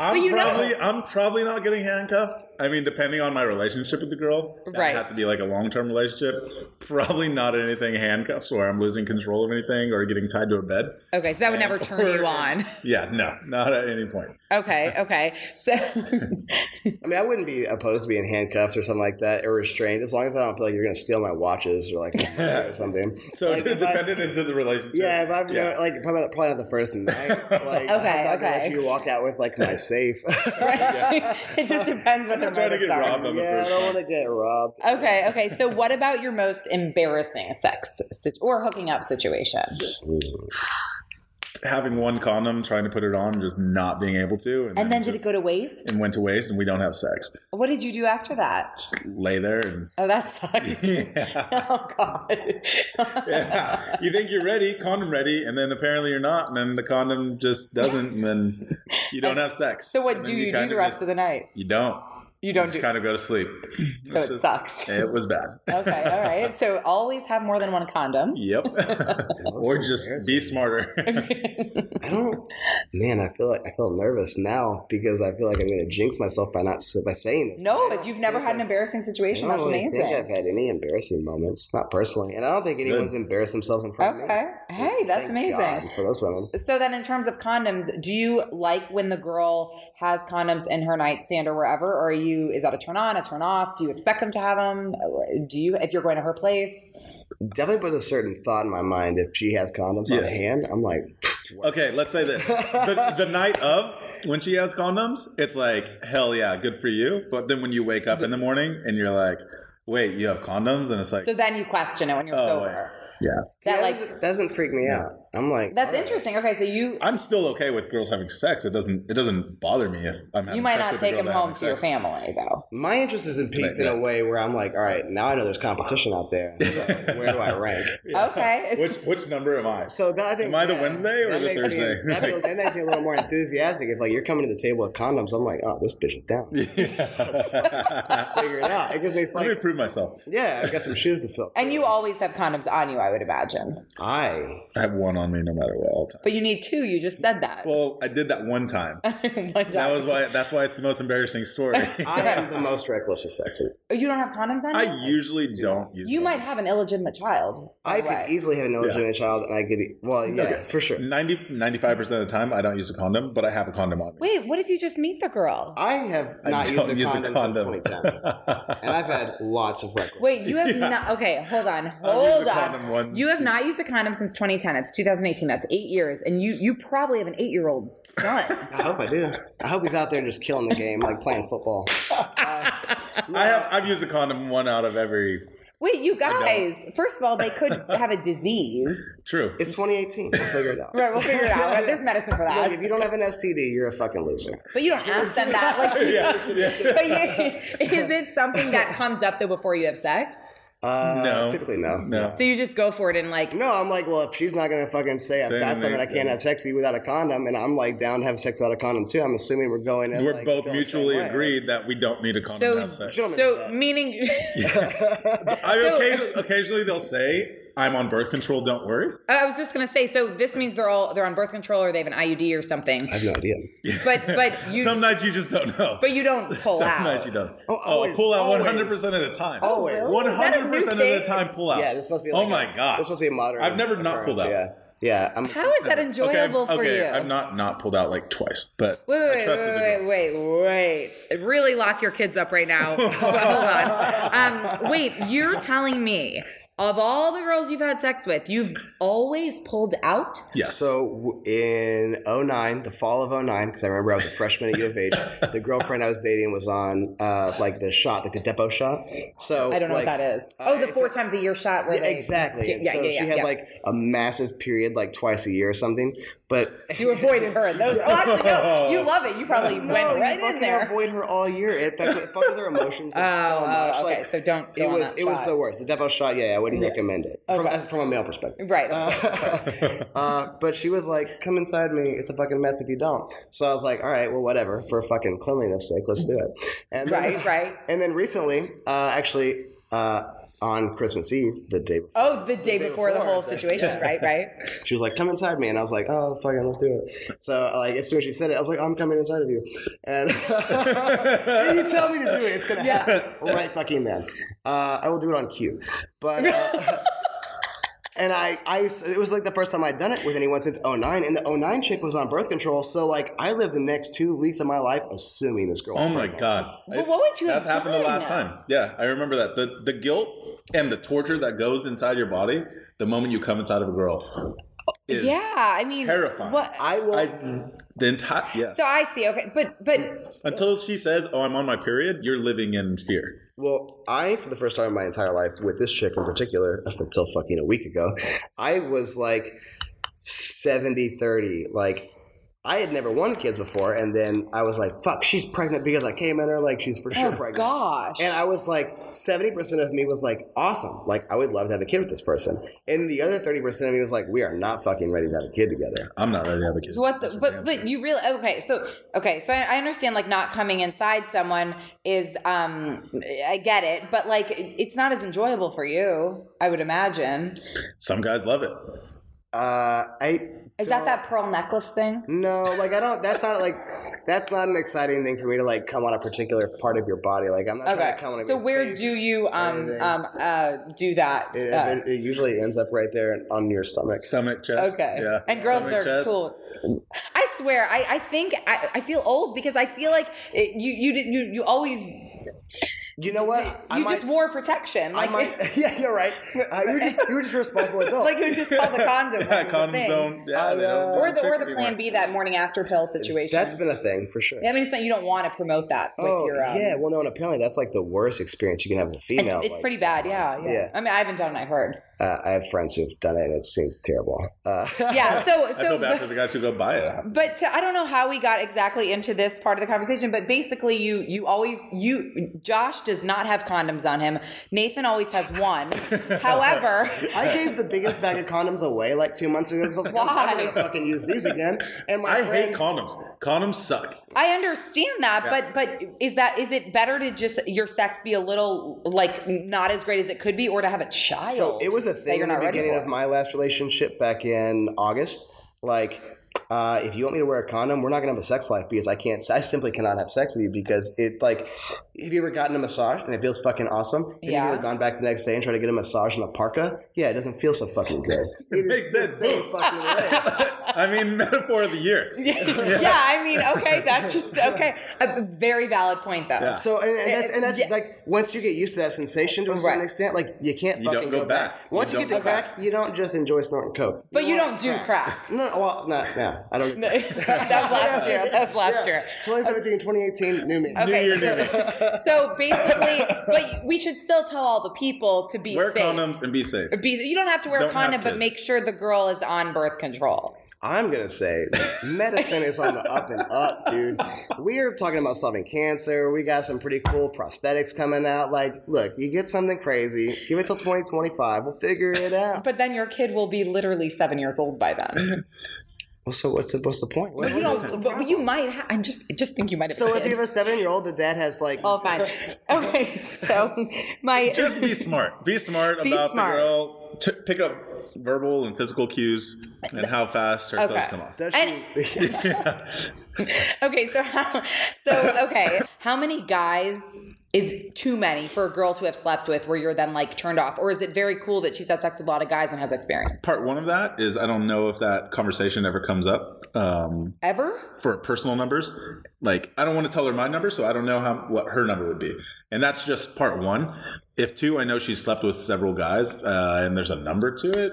I'm
you know-
probably I'm probably not getting handcuffed. I mean, depending on my relationship with the girl, that
Right.
has to be like a long term relationship. Probably not anything handcuffs where I'm losing control of anything or getting tied to a bed.
okay, so that would never turn you on.
Yeah, no, not at any point.
Okay, okay. So
I mean, I wouldn't be opposed to being handcuffed or something like that, or restrained, as long as I don't feel like you're going to steal my watches or like or something.
So
Like,
it
if I-
depended into the relationship.
Yeah, if uh, I'm
Yeah.
Gonna, like probably not, probably not the first night.
Okay,
Like, I'm not gonna
okay.
let you walk out with like my safe.
it just depends what their
I'm trying to
motives
get
are.
robbed on the
yeah, I
first
don't want
one.
to get robbed.
Okay, okay. So, what about your most embarrassing sex sit- or hooking up situation?
Having one condom, trying to put it on, and just not being able to, and,
And then did
just-
it go to waste?
and went to waste, and we don't have sex.
What did you do after that?
Just lay there and
Oh, that sucks.
yeah.
Oh God.
Yeah. You think you're ready, condom ready, and then apparently you're not, and then the condom just doesn't, and then you don't have sex.
So what do you, do the rest of the night?
You don't.
You don't
Just
do.
kind of go to sleep.
so it sucks.
It was bad.
okay, all right. So always have more than one condom.
Yep. or just be smarter.
I don't. Man, I feel like I feel nervous now because I feel like I'm going to jinx myself by not s- by saying this.
No, if you've never had an embarrassing
I
situation,
don't
that's
really
amazing.
think I've had any embarrassing moments, not personally, and I don't think anyone's embarrassed themselves in front of me.
Okay. Hey, that's
Thank
amazing.
God for those women.
So then, in terms of condoms, do you like when the girl has condoms in her nightstand or wherever, or are you is that a turn on, a turn off? Do you expect them to have them? Do you if you're going to her place?
Definitely puts a certain thought in my mind if she has condoms on
Yeah.
hand. I'm like,
okay, let's say this. The, the night of, when she has condoms, it's like, hell yeah, good for you. But then when you wake up in the morning and you're like, wait, you have condoms? And it's like,
So then you question it when you're
Oh,
sober.
yeah.
that
That like
doesn't, doesn't freak me out. I'm like,
that's interesting. Okay, so you
I'm still okay with girls having sex. It doesn't. It doesn't bother me if I'm. Having
you might
sex
not
with a
take
girl
them
that
home
I'm
to your
sex-
family though.
my interest isn't piqued in
yeah.
a way where I'm like, all right, now I know there's competition out there. So where do I rank?
Okay.
Which which number am I?
So that I think
Am I the
yeah,
Wednesday or
that
the
makes me-
Thursday?
that,
Like-
that makes me a little more enthusiastic. If like you're coming to the table with condoms, I'm like, oh, this bitch is down. Let's figure it out. It gives me
Let me
like,
prove myself.
yeah, I got some shoes to fill.
And you always have condoms on you, I would imagine.
I
I have one on me no matter what all the time.
But you need two. You just said that.
Well, I did that one time.
One time.
That was why. That's why it's the most embarrassing story.
I am the most reckless with sex.
Oh, you don't have condoms on. you?
I usually don't use.
you might have an illegitimate child. by
I
the way.
could easily have an illegitimate child, and I could. e- Well, yeah, for sure.
95 percent of the time I don't use a condom, but I have a condom on me.
Wait, what if you just meet the girl?
I have
I
not
don't
used a
use a
condom,
condom.
since 2010, and I've had lots of reckless.
Wait, you have not. Okay, hold on,
used
hold
a
on.
condom one-
you have not used a condom since 2010. It's 2018. That's eight years, and you you probably have an eight year old son.
I hope I do. I hope he's out there just killing the game, like playing football.
I have. I've used a condom one out of every.
Wait, you guys. First of all, they could have a disease.
True.
It's 2018. We'll figure it out.
Right, we'll figure it out. Right? There's medicine for
Look, if
that.
you don't have an STD, you're a fucking loser.
But you don't ask them that. Like,
yeah. yeah.
but you, is it something that comes up though before you have sex?
Uh,
No.
typically no.
No.
So you just go for it and like.
No, I'm like, well, if she's not gonna fucking say I've
Say
got
anything,
something I can't
yeah.
have sex with you without a condom, and I'm like down to have sex without a condom too. I'm assuming we're going. in,
We're
like,
both
feeling the same
mutually
way.
agreed that we don't need a condom to
So,
have sex.
Gentlemen,
so meaning
I occasionally, occasionally they'll say I'm on birth control, don't worry.
I was just gonna say, so this means they're all they're on birth control or they have an IUD or something.
I have no idea.
But but you
Some nights you just don't know.
but you don't pull
Some
out. Oh,
nights you don't.
Oh,
Oh,
always,
pull out
always.
100% at a time.
Always. Is that a
100% at
new
a time pull out.
Yeah, this must be.
Oh
Like
my
a,
God.
This must be a modern.
I've never not
occurrence,
pulled out.
Yeah, yeah. I'm,
How is that enjoyable
okay,
for
okay,
you?
I've not not pulled out like twice, but
Wait,
I
wait, wait,
trusted the girl.
wait, wait, wait, wait. Really lock your kids up right now. Well, Hold on. Um, wait, you're telling me of all the girls you've had sex with, you've always pulled out?
Yes.
So w- in 09, the fall of 09, because I remember I was a freshman at U of H, the girlfriend I was dating was on uh, like the shot, like the depot shot. So
I don't know
like,
what that is.
uh,
oh, the
it's
four
a-
times a year shot. Where
Yeah,
they-
exactly.
Yeah,
And
yeah,
so
yeah.
she had
yeah.
like a massive period, like twice a year or something. But
you avoided her in those. Oh, actually, no, you love it. You probably
No,
went
you
right in
fucking
there.
avoid her all year. It fucking it fucked with her emotions like,
Oh,
so much.
oh, okay,
Like,
so don't go
It
on
was
that
it was
shot.
the worst. The depot shot. Yeah, I wouldn't recommend it from
Okay.
as, from a male perspective.
Right.
uh, but she was like, "Come inside me. It's a fucking mess if you don't." So I was like, "All right, well, whatever. For fucking cleanliness' sake, let's do it." And then-
Right, right.
And then recently, uh, actually, uh, on Christmas Eve, the day before,
Oh, the day before, the
before,
whole
the-
situation, right? Right.
she was like, "Come inside me," and I was like, "Oh, fucking, let's do it." So like, as soon as she said it, I was like, "I'm coming inside of you," and you tell me to do it, it's gonna
Yeah.
happen right fucking then. Uh, I will do it on cue, but. Uh, And I, I, it was like the first time I'd done it with anyone since 09, and the 09 chick was on birth control, so like I lived the next two weeks of my life assuming this girl. was
Oh my
pregnant.
god!
Well, what would you
That
have
happened the
done?
last time. Yeah, I remember that. the The guilt and the torture that goes inside your body the moment you come inside of a girl. Is
yeah, I mean,
terrifying.
What?
I will.
I, the entire yes.
so I see. Okay, but but
Until she says, "Oh, I'm on my period," you're living in fear.
Well, I, for the first time in my entire life, with this chick in particular, up until fucking a week ago, I was like 70 30. Like, I had never wanted kids before. And then I was like, fuck, she's pregnant because I came at her. Like, she's for sure
Oh,
pregnant.
gosh.
And I was like, 70% of me was like, awesome. Like, I would love to have a kid with this person. And the other 30% of me was like, we are not fucking ready to have a kid together.
I'm not ready to have a kid.
So what the, but but you really okay so okay so I, I understand like not coming inside someone is um I get it but like it- it's not as enjoyable for you I would imagine
Some guys love it.
Uh, I.
is that that pearl necklace thing
No, like I don't. That's not like. That's not an exciting thing for me to like come on a particular part of your body. Like I'm not trying
okay
to come on.
so
anybody's
where
face.
do you um
anything.
um uh do that
It,
Uh,
it, it usually ends up right there and on your stomach.
Stomach, chest.
Okay.
Yeah.
And girls
Stomach,
are
chest.
cool. I swear, I, I think I, I feel old because I feel like it, you you didn't- you you always you
You know what? I
just
might,
wore protection.
I
Like
might. Yeah, you're right. Uh, you're just you're just a responsible adult.
like it was just called the condom.
Yeah,
was a
condom
thing.
zone. Yeah.
I,
they don't-
uh,
Or the or
trick
the
anymore.
plan B that morning after pill situation.
that's been a thing for sure.
I mean, it's not, you don't want to promote that with
oh
your. Um,
yeah. Well, no. And apparently that's like the worst experience you can have as a
it's,
female.
it's
like,
pretty bad. Yeah, yeah.
Yeah.
I mean, I haven't done. it, I heard.
Uh, I have friends who've done it, and it seems terrible. Uh,
Yeah. So so.
I feel bad for the guys who go buy it.
but to, I don't know how we got exactly into this part of the conversation, but basically, you you always you Josh does not have condoms on him. Nathan always has one. However,
I gave the biggest bag of condoms away like two months ago because I was like, I'm never gonna fucking use these again. And my
I
friend,
hate condoms. Condoms suck.
I understand that, but but is that is it better to just your sex be a little like not as great as it could be, or to have a child?
So it was a
that
thing
you're
in the
not ready
beginning
for?
of my last relationship back in August. Like, uh, if you want me to wear a condom, we're not gonna have a sex life because I can't. I simply cannot have sex with you because it like. Have you ever gotten a massage and it feels fucking awesome? Have
Yeah.
you ever gone back the next day and tried to get a massage in a parka? Yeah, it doesn't feel so fucking good. It
Make
is the
this
same
move.
fucking way.
I mean, metaphor of the year.
yeah. I mean, okay, that's just, okay. A very valid point, though.
Yeah.
So and, and that's and that's
Yeah.
like once you get used to that sensation to a certain
Right.
extent, like you can't
You don't
fucking
go
go, back.
back.
Once
You
you,
don't
get to
go back.
crack, you don't just enjoy snorting coke.
But you don't do crack.
No, well, no, no, I don't.
That's last year. That's last year.
2017, 2018, new me.
Okay.
New year, new me.
So basically, but we should still tell all the people to be
Wear
safe.
condoms and be safe.
Be, you don't have to wear
Don't
a
have
condom, but
kids.
make sure the girl is on birth control.
I'm gonna say medicine is on the up and up, dude. We're talking about solving cancer. We got some pretty cool prosthetics coming out. Like, look, you get something crazy. Give it till 2025. We'll figure it out.
But then your kid will be literally seven years old by then.
Well, so what's the, what's the point? What-
But you
what's the
don't. But
problem?
you might. Ha- I'm just. I just think you might have.
so
a
if
kid.
you have a seven year old, the dad has like
Oh, fine. Okay, so my
Just be smart. Be smart
Be
about
smart.
the girl. t- pick up verbal and physical cues and how fast her clothes
Okay.
come off.
Does
And-
she?
Okay, so how, so okay, how many guys is too many for a girl to have slept with where you're then like turned off, or is it very cool that she's had sex with a lot of guys and has experience
Part one of that is I don't know if that conversation ever comes up um,
ever?
for personal numbers. Like I don't want to tell her my number, so I don't know how what her number would be, and that's just part one. If two, I know she slept with several guys, uh, and there's a number to it.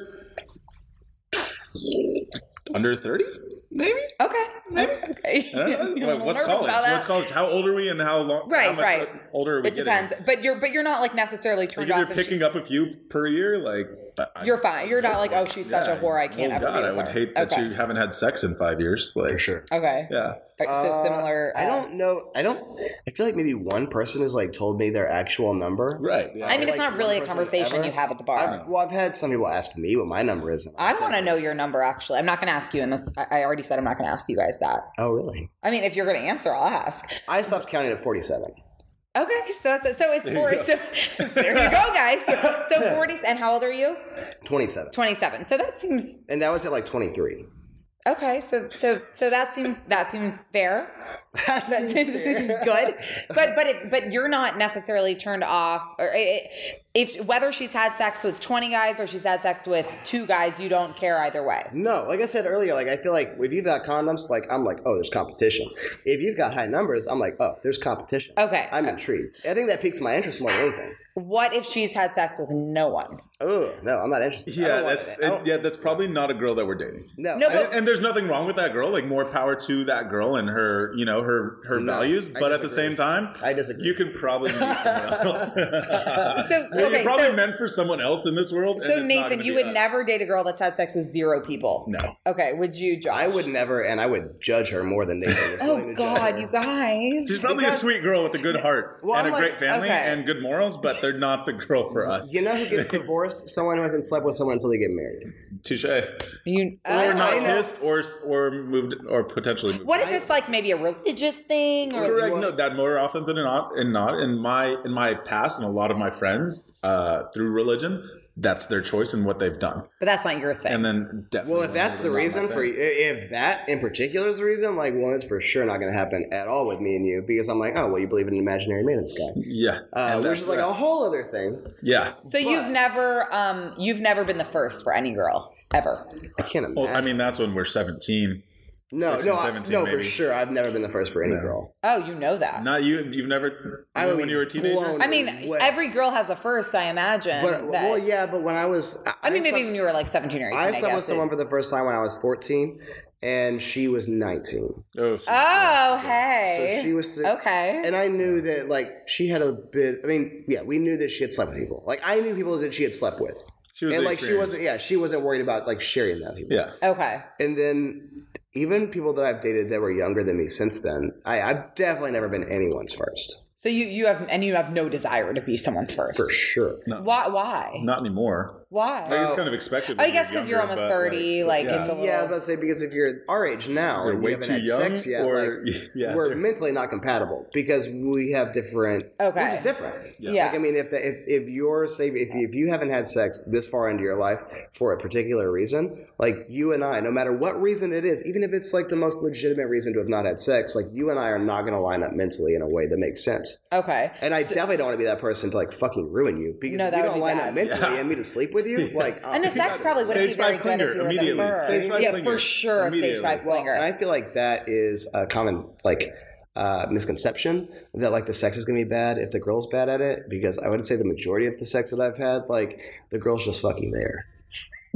Under thirty, maybe.
Okay, okay.
I don't know.
I'm a little
Uh, What's
nervous
college?
about that.
What's college? How old are we and how long?
Right,
how much
right.
Older are we
It
getting?
depends, but you're but you're not like necessarily
Like
turned
if you're
off. if she-
picking up a few per year, like I-
You're fine. You're not like, oh, she's such
Yeah.
a whore. I can't.
Oh
ever be
God, I
with
would
her.
hate that
okay.
you haven't had sex in five years. Like
For sure.
Okay.
Yeah.
All right, So
Uh,
similar.
I
uh,
don't know. I don't. I feel like maybe one person has like told me their actual number.
Right. Yeah.
I mean, it's
like,
not really
one
a
person
conversation
ever.
you have at the
I've,
bar.
well, I've had some people ask me what my number is. and
I,
I've said-
want to know your number. Actually, I'm not going to ask you in this. I, I already said I'm not going to ask you guys that.
Oh, really?
I mean, if you're going to answer, I'll ask.
I stopped counting at forty-seven.
Okay, so so, so it's four. So, there you go, guys. So 40s, and how old are you?
Twenty-seven,
27. So that seems
and that was at like twenty-three.
okay. So so so that seems that seems fair. That seems good. But but it, but you're not necessarily turned off, or i- i if whether she's had sex with 20 guys or she's had sex with two guys, you don't care either way.
No, like I said earlier, like I feel like if you've got condoms, like I'm like, oh, there's competition. If you've got high numbers, I'm like, oh, there's competition.
Okay.
I'm intrigued. I think that piques my interest more than anything.
What if she's had sex with no one?
Oh no, I'm not interested. I
yeah,
don't want
that's
it. I don't-
it, yeah, that's probably not a girl that we're dating.
No,
No,
I-
but-
And, and there's nothing wrong with that girl. Like more power to that girl and her, you know, her her
No,
values.
I
But at the
disagree.
same time,
I disagree.
You can probably meet someone else.
So, okay,
You're probably
so-
meant for someone else in this world. and
So
it's not
Nathan,
gonna
you
be
would
us.
never date a girl that's had sex with zero people.
No.
Okay, would you, Josh?
I would never, and I would judge her more than Nathan. is willing
Oh
to judge
God,
her.
you guys.
She's probably a sweet girl with a good heart
Well,
and
I'm
a
like-
great family
okay.
and good morals, but they're not the girl for us.
You know who gets divorced? Someone who hasn't slept with someone until they get married.
Touche.
You,
Or not
I know.
kissed, or or moved, or potentially moved.
What if it's like maybe a religious thing or
Correct. No, that more often than not, and not in my in my past, and a lot of my friends uh, through religion, that's their choice and what they've done.
But that's not your thing.
And then, definitely
Well, if that's the
not my
reason for
thing.
if that in particular is the reason, like, well, it's for sure not going to happen at all with me and you because I'm like, oh, well, you believe in an imaginary man in the sky,
yeah,
uh,
And
which
that's
is like
that.
a whole other thing.
yeah.
so you've never um you've never been the first for any girl ever.
I can't imagine.
Well, I mean, that's when we're seventeen.
no,
16,
no, I,
17
no, for
maybe.
sure, I've never been the first for any girl.
Oh, you know that.
Not you. You've never.
I
even
would
when
be
you were a teenager.
blown-
I mean,
What?
every girl has a first, I imagine.
But
that-
well, yeah, but when I was, I,
I mean, maybe
slept-
when you were like 17 or 18.
I
I,
slept with
guess.
someone for the first time when I was 14, and she was 19.
Oh, she's-
Oh,
So
hey.
she was sick.
Okay.
And I knew that like she had a bit. I mean, yeah, we knew that she had slept with people. Like I knew people that she had slept with,
she was
and
the
like she
experience.
wasn't. Yeah, she wasn't worried about like sharing that with people.
Yeah.
okay.
And then even people that I've dated that were younger than me since then, I, I've definitely never been anyone's first
So you you have and you have no desire to be someone's first.
for sure.
Why why?
Not anymore.
Why?
Um, Like, it's kind of expected.
Oh. I
when
guess because you're
younger,
almost
but,
30, like,
yeah.
it's a little.
Yeah, I was about to say because if you're our age now
You're
and
way
you haven't
too
had
young,
sex yet,
or-
like,
yeah.
we're mentally not compatible because we have different.
Okay.
we're just different.
Yeah.
Like, I mean, if, if if you're say if you, if you haven't had sex this far into your life for a particular reason, like you and I, no matter what reason it is, even if it's like the most legitimate reason to have not had sex, like you and I are not going to line up mentally in a way that makes sense.
Oh, okay.
And I definitely don't want to be that person to like fucking ruin you because
No,
if
that
we
would
don't
be
line
bad.
up mentally and me to sleep with you, like uh,
And the
I'll-
sex probably wouldn't be
Stage
very
five
good if
clinger,
you were the
immediately.
first.
Stage five
yeah, for
clinger,
sure, a stage
immediately.
five
Well,
clinger.
and I feel like that is a common like uh, misconception that like the sex is gonna be bad if the girl's bad at it because I would say the majority of the sex that I've had like the girl's just fucking there.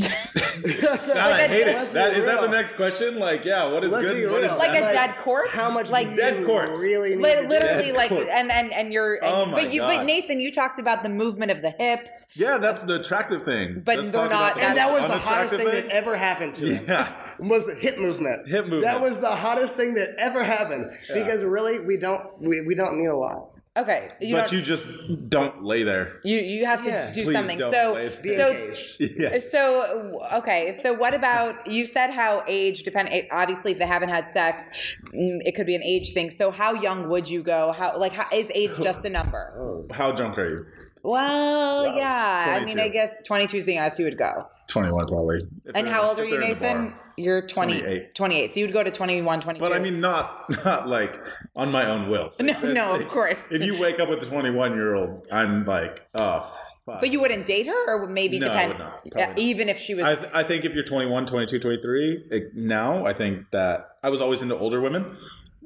God, I hate it.
let's
That, is
be
that the
real.
next question? Like, yeah, what is
Let's
good?
be
and What is
real.
like
bad?
a dead corpse.
How much
Like
do
Dead
you
corpse.
really need
li-
to do
literally,
Dead
like,
corpse.
and and and you're. And,
Oh my
but you, but
God.
Nathan, you talked about the movement of the hips.
Yeah, that's the attractive thing.
But
Let's
they're
talk
not-
about
And that was the hottest
unattractive
thing that ever happened to him.
Yeah.
Was the hip movement.
Hip movement.
That was the hottest thing that ever happened. Because really we don't we, we don't need a lot.
Okay, you
but
don't-
you just don't lay there.
you you have to
Yeah.
do
Please
something.
don't
So
wave.
Be
Being
so
engaged.
Yeah.
So okay, so what about you said how age depend obviously if they haven't had sex, mm, it could be
Oh.
an age thing. So how young would you go? How like how, is age just a number?
How drunk are you?
Well,
Wow.
yeah. I mean,
22.
I guess 22 is being honest, you would go.
21 probably. If
and
they're-
how old
if
are you,
they're in the
Nathan?
bar.
You're 20, 28.
28.
So you'd go to 21, 22.
But I mean, not not like on my own will.
No,
That's-
no, of course.
If you wake up with a 21 year old, I'm like, oh, fuck.
but you wouldn't date her, or maybe
No, I
depend,
would not.
Yeah,
Probably not.
even if she was.
I, I think if you're 21, 22, 23, it- now I think that I was always into older women,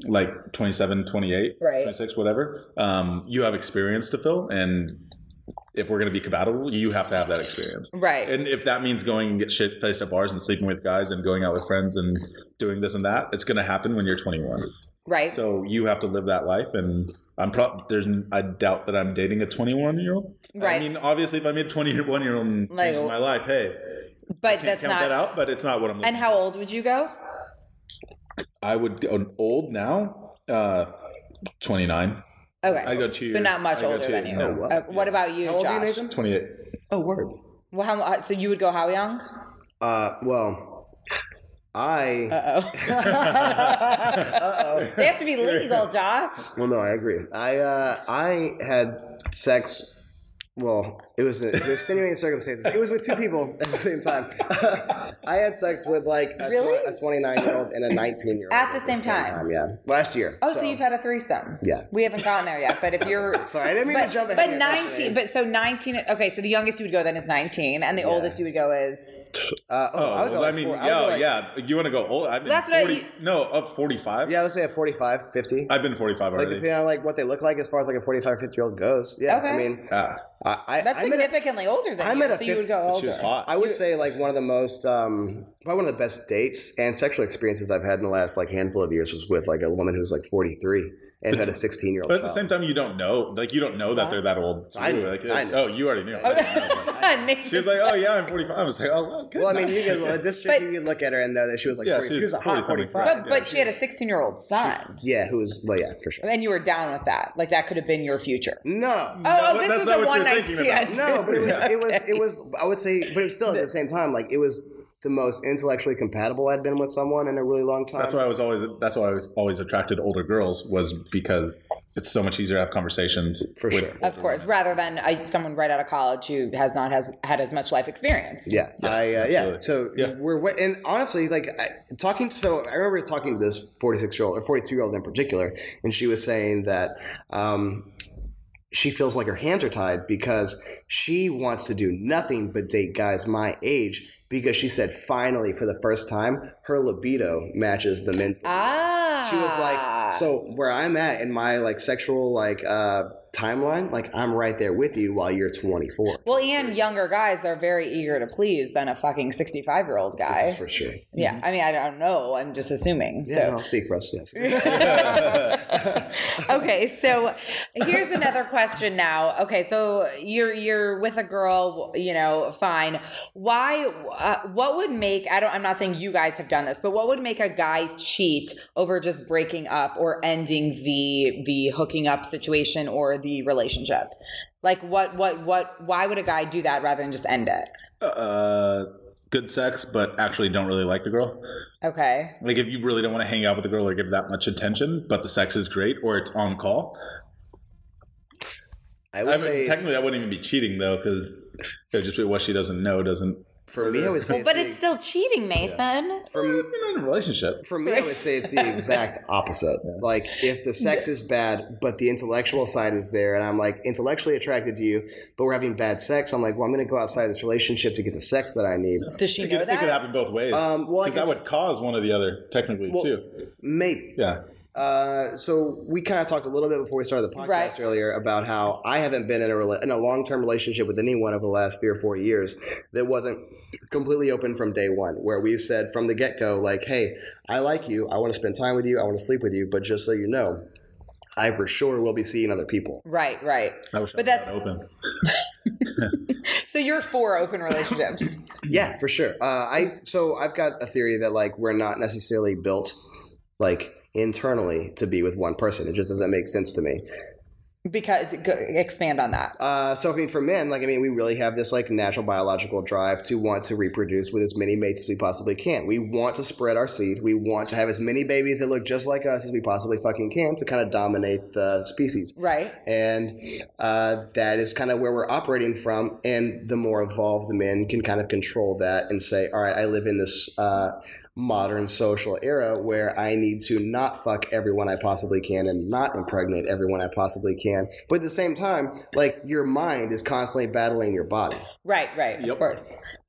like 27, 28,
Right.
26, whatever. Um, you have experience to fill, and if we're going to be compatible, you have to have that experience.
right.
And if that means going and get shit faced at bars and sleeping with guys and going out with friends and doing this and that, it's going to happen when you're 21.
right.
So you have to live that life, and I'm prob there's n- I doubt that I'm dating a 21 year old.
Right.
I mean, obviously, if I meet a 21 year old and
Like-
changes my life, hey,
but
can't
that's
count
not.
that out. But it's not what I'm. Looking
And how old would you go?
I would go old now. Uh, 29.
Okay.
I go two
So
years-
not much
I go
older
two-
than you.
no, what?
Uh, what about you,
How old are you,
Josh?
Nathan?
28.
Oh, word.
Well, how, uh, so you would go how young?
Uh, well, I.
Uh oh. they have to be legal, Josh.
Well, no, I agree. I uh, I had sex. Well, it was it was extenuating circumstances. It was with two people at the same time. I had sex with like a,
Really?
tw- a 29 year old and a 19 year old
At the same time?
Yeah, last year.
Oh, so, you've had a threesome.
Yeah.
We haven't gotten there yet, but if you're
Sorry, I didn't mean
but,
to jump ahead.
but
of your question.
nineteen, but so nineteen. Okay, so the youngest you would go then is nineteen, and the oldest you would go is
uh, oh,
Oh,
I, would go
well, I
like
mean,
four- I would
yeah,
go like-
yeah. You want to go old? I've been
That's what I-
40, No, up 45.
yeah. Let's say a 45, 50.
I've been 45
like
already.
depending on like what they look like, as far as like a 45, 50 year old goes. Yeah,
Okay.
I mean,
Ah,
I, I
that's
I'm at a-
significantly older than
I'm
you,
at a
so you
fif-
would go older.
she's hot.
I would say like one of the most, um, probably one of the best dates and sexual experiences I've had in the last like handful of years was with like a woman who's like 43 and had a 16 year old.
but at the same time, you don't know. Like, you don't know that they're that old. So
I
you
knew.
like,
I knew.
Oh, you already knew. She was like, "Oh yeah, I'm 45." I was like, "Oh, well, good."
well, I mean, you could look, this chick,
But-
you could look at her and know that she was like,
Yeah,
40,
she's
she was a hot
40-something.
45.
but but she had a sixteen-year-old son,
yeah, who was well, yeah, for sure.
and you were down with that. Like that could have been your future.
No,
Oh,
but
this
that's
is
not
a
what you're
one-night
thinking about.
stand.
no, but it was, it was, it was. I would say, but it was still at the same time, like it was the most intellectually compatible I'd been with someone in a really long time.
That's why I was always that's why I was always attracted to older girls was because it's so much easier to have conversations.
for
with-
sure.
Of course, rather than uh, someone right out of college who has not has had as much life experience.
Yeah, I uh, yeah.
absolutely.
So
Yeah.
we're wa- and honestly, like I, talking. So I remember talking to this forty-six year old or forty-two year old in particular, and she was saying that um, she feels like her hands are tied because she wants to do nothing but date guys my age. Because she said, finally, for the first time, her libido matches the men's. libido
Ah.
she was like so where i'm at in my like sexual like uh timeline like i'm right there with you while you're 24
Well, and younger guys are very eager to please than a fucking 65 year old
this
guy.
is for sure
Yeah. I mean, I don't know. I'm just assuming.
yeah
So.
i'll speak for us yes
okay. So here's another question now. Okay. So you're, you're with a girl, you know, fine. Why, uh, what would make, I don't, I'm not saying you guys have done this, but what would make a guy cheat over just breaking up or ending the, the hooking up situation or the relationship? Like what, what, what, why would a guy do that rather than just end it?
Uh, good sex, but actually don't really like the girl.
Okay.
Like if you really don't want to hang out with the girl or give that much attention, but the sex is great or it's on call.
i
I
would
mean,
say it's-
technically, that wouldn't even be cheating though, because it would just be what she doesn't know doesn't.
for me i would say
But
the-
it's still cheating, Nathan.
You're not Eh, in a relationship.
for me i would say it's the exact opposite like if the sex is bad but the intellectual side is there and i'm like intellectually attracted to you but we're having bad sex i'm like well i'm gonna go outside this relationship to get the sex that i need
Does she
It
know
could, it
that?
could happen both ways.
Um, well, I
'Cause that
guess-
would cause one or the other, technically too.
maybe
Yeah.
Uh, so we kind of talked a little bit before we started the podcast
Right.
earlier about how I haven't been in a rela- in a long term relationship with anyone over the last three or four years that wasn't completely open from day one, where we said from the get go, like, "Hey, I like you. I want to spend time with you. I want to sleep with you. But just so you know, I for sure will be seeing other people."
Right, right.
I wish
But
I was that
that-
open.
So you're for open relationships.
Yeah, for sure. Uh, I so I've got a theory that like we're not necessarily built like internally to be with one person. It just doesn't make sense to me.
Because go, expand on that.
Uh, so I mean, for men, like I mean, we really have this like natural biological drive to want to reproduce with as many mates as we possibly can. We want to spread our seed. We want to have as many babies that look just like us as we possibly fucking can to kind of dominate the species.
Right.
And uh, that is kind of where we're operating from. And the more evolved men can kind of control that and say, all right, I live in this uh, modern social era where I need to not fuck everyone I possibly can and not impregnate everyone I possibly can. But at the same time, like your mind is constantly battling your body.
Right, right. Of
Yep.
course.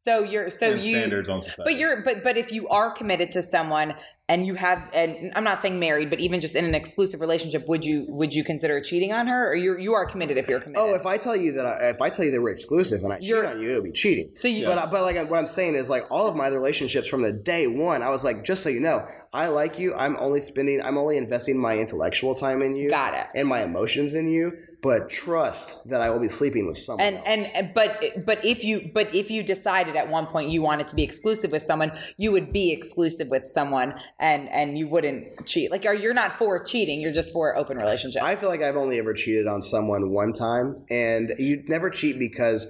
So you're so
and
you
standards on society.
But you're but but if you are committed to someone and you have and I'm not saying married, but even just in an exclusive relationship, would you would you consider cheating on her? Or you you are committed if you're committed.
Oh, if I tell you that I, if I tell you that we're exclusive and I cheat
You're-
on you, it would be cheating.
so you
But, I- but like what I'm saying is like all of my other relationships from the day one, I was like, just so you know, I like you. I'm only spending, I'm only investing my intellectual time in you
got it.
and my emotions in you. But trust that I will be sleeping with someone
And,
else.
and and but but if you but if you decided at one point you wanted to be exclusive with someone, you would be exclusive with someone and and you wouldn't cheat. Like are you're not for cheating, you're just for open relationship.
I feel like I've only ever cheated on someone one time, and you never cheat because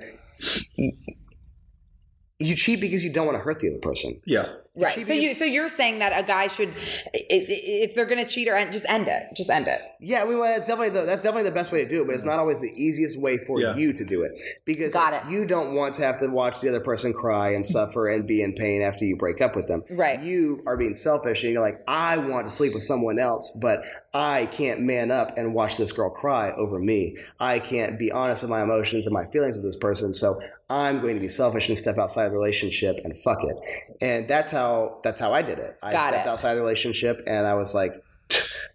you cheat because you don't want to hurt the other person.
yeah.
right. So you so you're saying that a guy should i- i- if they're going to cheat or end, just end it. Just end it.
Yeah, I mean, well, that's definitely the, that's definitely the best way to do it, but it's not always the easiest way for
Yeah.
you to do it because
Got it.
you don't want to have to watch the other person cry and suffer and be in pain after you break up with them.
Right.
You are being selfish, and you're like, I want to sleep with someone else, but I can't man up and watch this girl cry over me. I can't be honest with my emotions and my feelings with this person, so I'm going to be selfish and step outside of the relationship and fuck it. And that's how that's how I did it. I
Got
stepped
it.
outside of the relationship, and I was like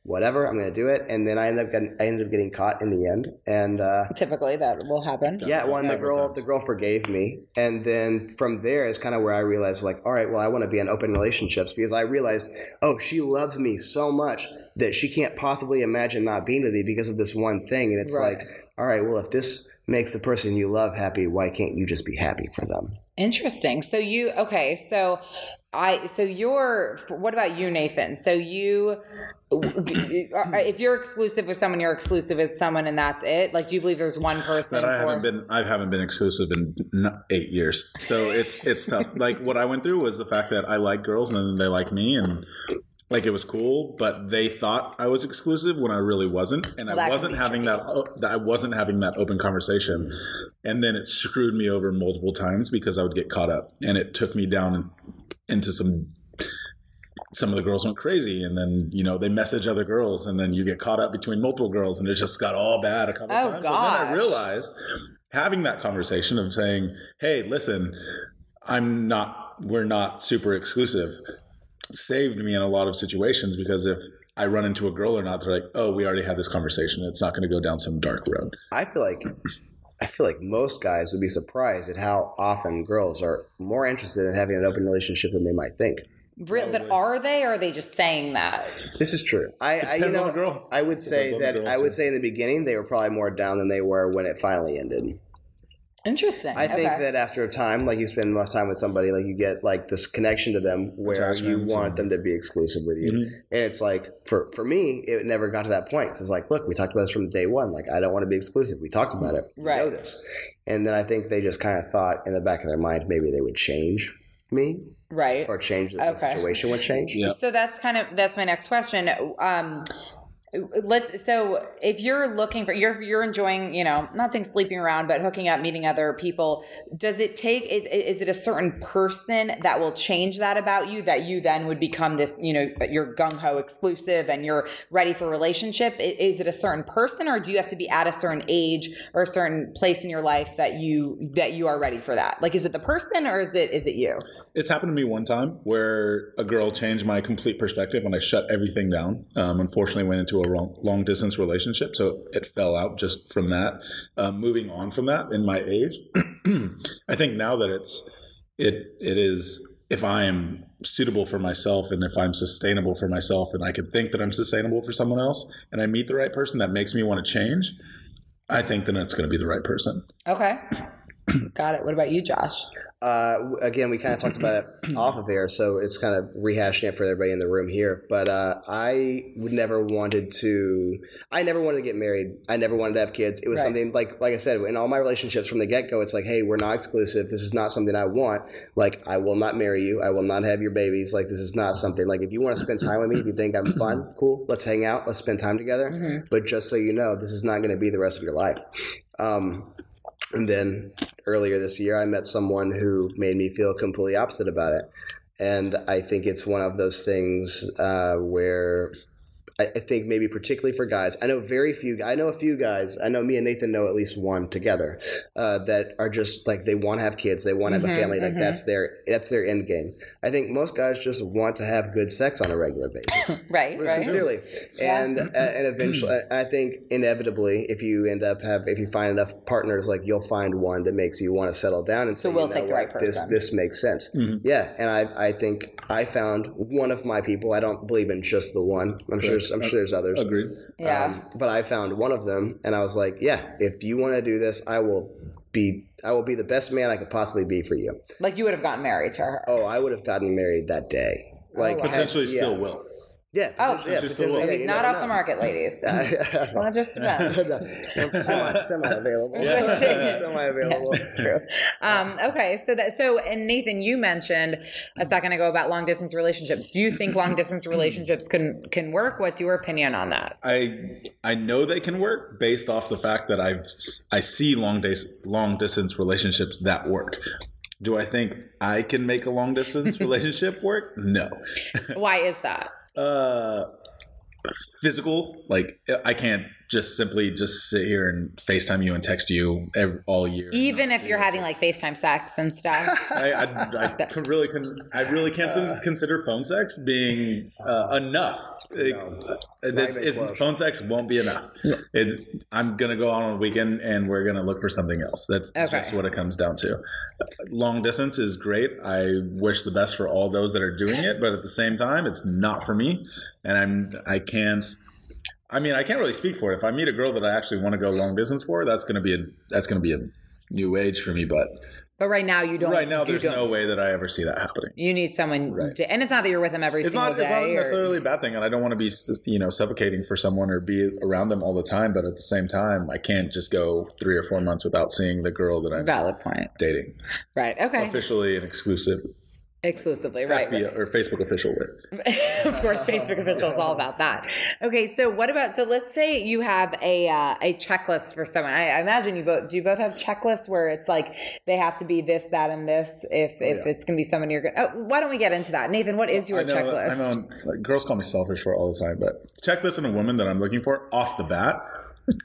whatever, I'm gonna do it. And then I ended up getting, I ended up getting caught in the end. And uh,
Typically that will happen.
yeah, well, and the
Several
girl
times.
the girl forgave me, and then from there is kind of where I realized like, all right, well, I want to be in open relationships because I realized, oh, she loves me so much that she can't possibly imagine not being with me because of this one thing. And it's
Right.
like, all right, well, if this makes the person you love happy, why can't you just be happy for them?
Interesting. So you okay? So I so you're what about you, Nathan? So you uh, if you're exclusive with someone, you're exclusive with someone, and that's it. Like, do you believe there's one person?
But I
for-
haven't been I haven't been exclusive in n- eight years, so it's it's tough. like what I went through was the fact that I like girls and then they like me, and like it was cool, but they thought I was exclusive when I really wasn't, and
Well, that
I
can
wasn't
be
having that o- that I wasn't having that open conversation, and then it screwed me over multiple times because I would get caught up, and it took me down into some. Some of the girls went crazy, and then you know they message other girls, and then you get caught up between multiple girls, and it just got all bad a couple
Oh,
times. So then I
gosh.
realized having that conversation of saying, "Hey, listen, I'm not. We're not super exclusive." Saved me in a lot of situations because if I run into a girl or not, they're like, "Oh, we already had this conversation. It's not going to go down some dark road."
I feel like I feel like most guys would be surprised at how often girls are more interested in having an open relationship than they might think.
Re- but are they? or Are they just saying that?
This is true. I, I you
Depends on
know,
the girl.
I would say
Depends on the
that
girl,
I would
too.
say in the beginning they were probably more down than they were when it finally ended.
Interesting.
I think
Okay.
that after a time, like you spend much time with somebody, like you get like this connection to them where you
Attachments
want
and-
them to be exclusive with you,
Mm-hmm.
and it's like for for me, it never got to that point. 'Cause it's like, look, we talked about this from day one. Like I don't want to be exclusive. We talked about it. We know
Right.
this. And then I think they just kind of thought in the back of their mind maybe they would change me
right.
or change that the
Okay.
situation would change.
Yeah.
So that's kind of that's my next question. Um, let so if you're looking for you're you're enjoying you know not saying sleeping around but hooking up meeting other people does it take is is it a certain person that will change that about you that you then would become this you know you're gung ho exclusive and you're ready for a relationship I- is it a certain person or do you have to be at a certain age or a certain place in your life that you that you are ready for that like is it the person or is it is it you
It's happened to me one time where a girl changed my complete perspective and I shut everything down. Um, unfortunately, went into a wrong, long distance relationship, so it fell out just from that. Um, moving on from that, in my age, I think now that it's it it is if I am suitable for myself and if I'm sustainable for myself and I can think that I'm sustainable for someone else and I meet the right person that makes me want to change, I think then it's going to be the right person.
okay got it what about you Josh
uh, w- again, we kind of talked about it off of air, so it's kind of rehashing it for everybody in the room here. But uh, I would never wanted to. I never wanted to get married. I never wanted to have kids. It was
Right.
something like, like I said, in all my relationships from the get go, it's like, hey, we're not exclusive. This is not something I want. Like, I will not marry you. I will not have your babies. Like, this is not something. Like, if you want to spend time with me, if you think I'm fun, cool, let's hang out, let's spend time together.
Mm-hmm.
But just so you know, this is not going to be the rest of your life. Um, and then earlier this year, I met someone who made me feel completely opposite about it. And I think it's one of those things uh, where I, I think maybe particularly for guys, I know very few. I know a few guys. I know me and Nathan know at least one together uh, that are just like they want to have kids, they want to have a family. Like that's their that's their end game. I think most guys just want to have good sex on a regular basis.
Right, right. Mm.
Sincerely, and uh, and eventually, I think inevitably, if you end up have if you find enough partners, like you'll find one that makes you want to settle down and
So
say,
we'll
you know
take the right
what, this-
person.
This makes sense. Yeah, and I I think I found one of my people. I don't believe in just the one. I'm sure I'm sure there's others.
Agreed.
Yeah.
Um, but I found one of them, and I was like, yeah, if you want to do this, I will be I will be the best man I could possibly be for you.
like you would have gotten married to her.
Oh, I would have gotten married that day. Like had- Oh,
Potentially
yeah.
still will.
Yeah.
Oh,
potentially- yeah,
potentially
potentially,
still will.
yeah,
He's
you
not
never
off the
know.
market, ladies. Not just about.
I'm semi semi available.
Yeah.
semi available.
True. Um, okay, so that so and Nathan, you mentioned a second ago about long distance relationships. Do you think long distance relationships can can work? What's your opinion on that?
I I know they can work based off the fact that I've I see long days long distance relationships that work. Do I think I can make a long distance relationship work? No.
Why is that?
Uh physical like I can't just simply just sit here and FaceTime you and text you ev all year.
Even if you're having like FaceTime sex and stuff.
I, I, I could really can I really can't
Uh,
consider phone sex being uh, enough. It- it's-
even
it's-
close.
phone sex won't be enough. It, I'm gonna go out on a weekend and we're gonna look for something else. That's just what it comes down to. Long distance is great. I wish the best for all those that are doing it, but at the same time, it's not for me, and I'm I can't. I mean, I can't really speak for it. If I meet a girl that I actually want to go long distance for, that's gonna be a that's gonna be a new age for me. But
but right now you don't
right now
you
there's
don't.
no way that i ever see that happening
You need someone to, and it's not that you're with them every
it's
single
not
day.
it's not
or-
necessarily a bad thing and i don't want to be you know suffocating for someone or be around them all the time but at the same time i can't just go three or four months without seeing the girl that i'm
valid point.
dating
Right. Okay.
officially and exclusive
Exclusively. Right. right.
FBI or facebook official with
of course, Facebook official is all about that. Okay, so what about so let's say you have a uh, a checklist for someone. I, I imagine you both do you both have checklists where it's like they have to be this, that, and this.
Oh,
If if it's gonna be someone you're gonna oh, why don't we get into that, Nathan? What is your
I know,
checklist?
I know like, girls call me selfish for it all the time, but checklist and a woman that I'm looking for off the bat: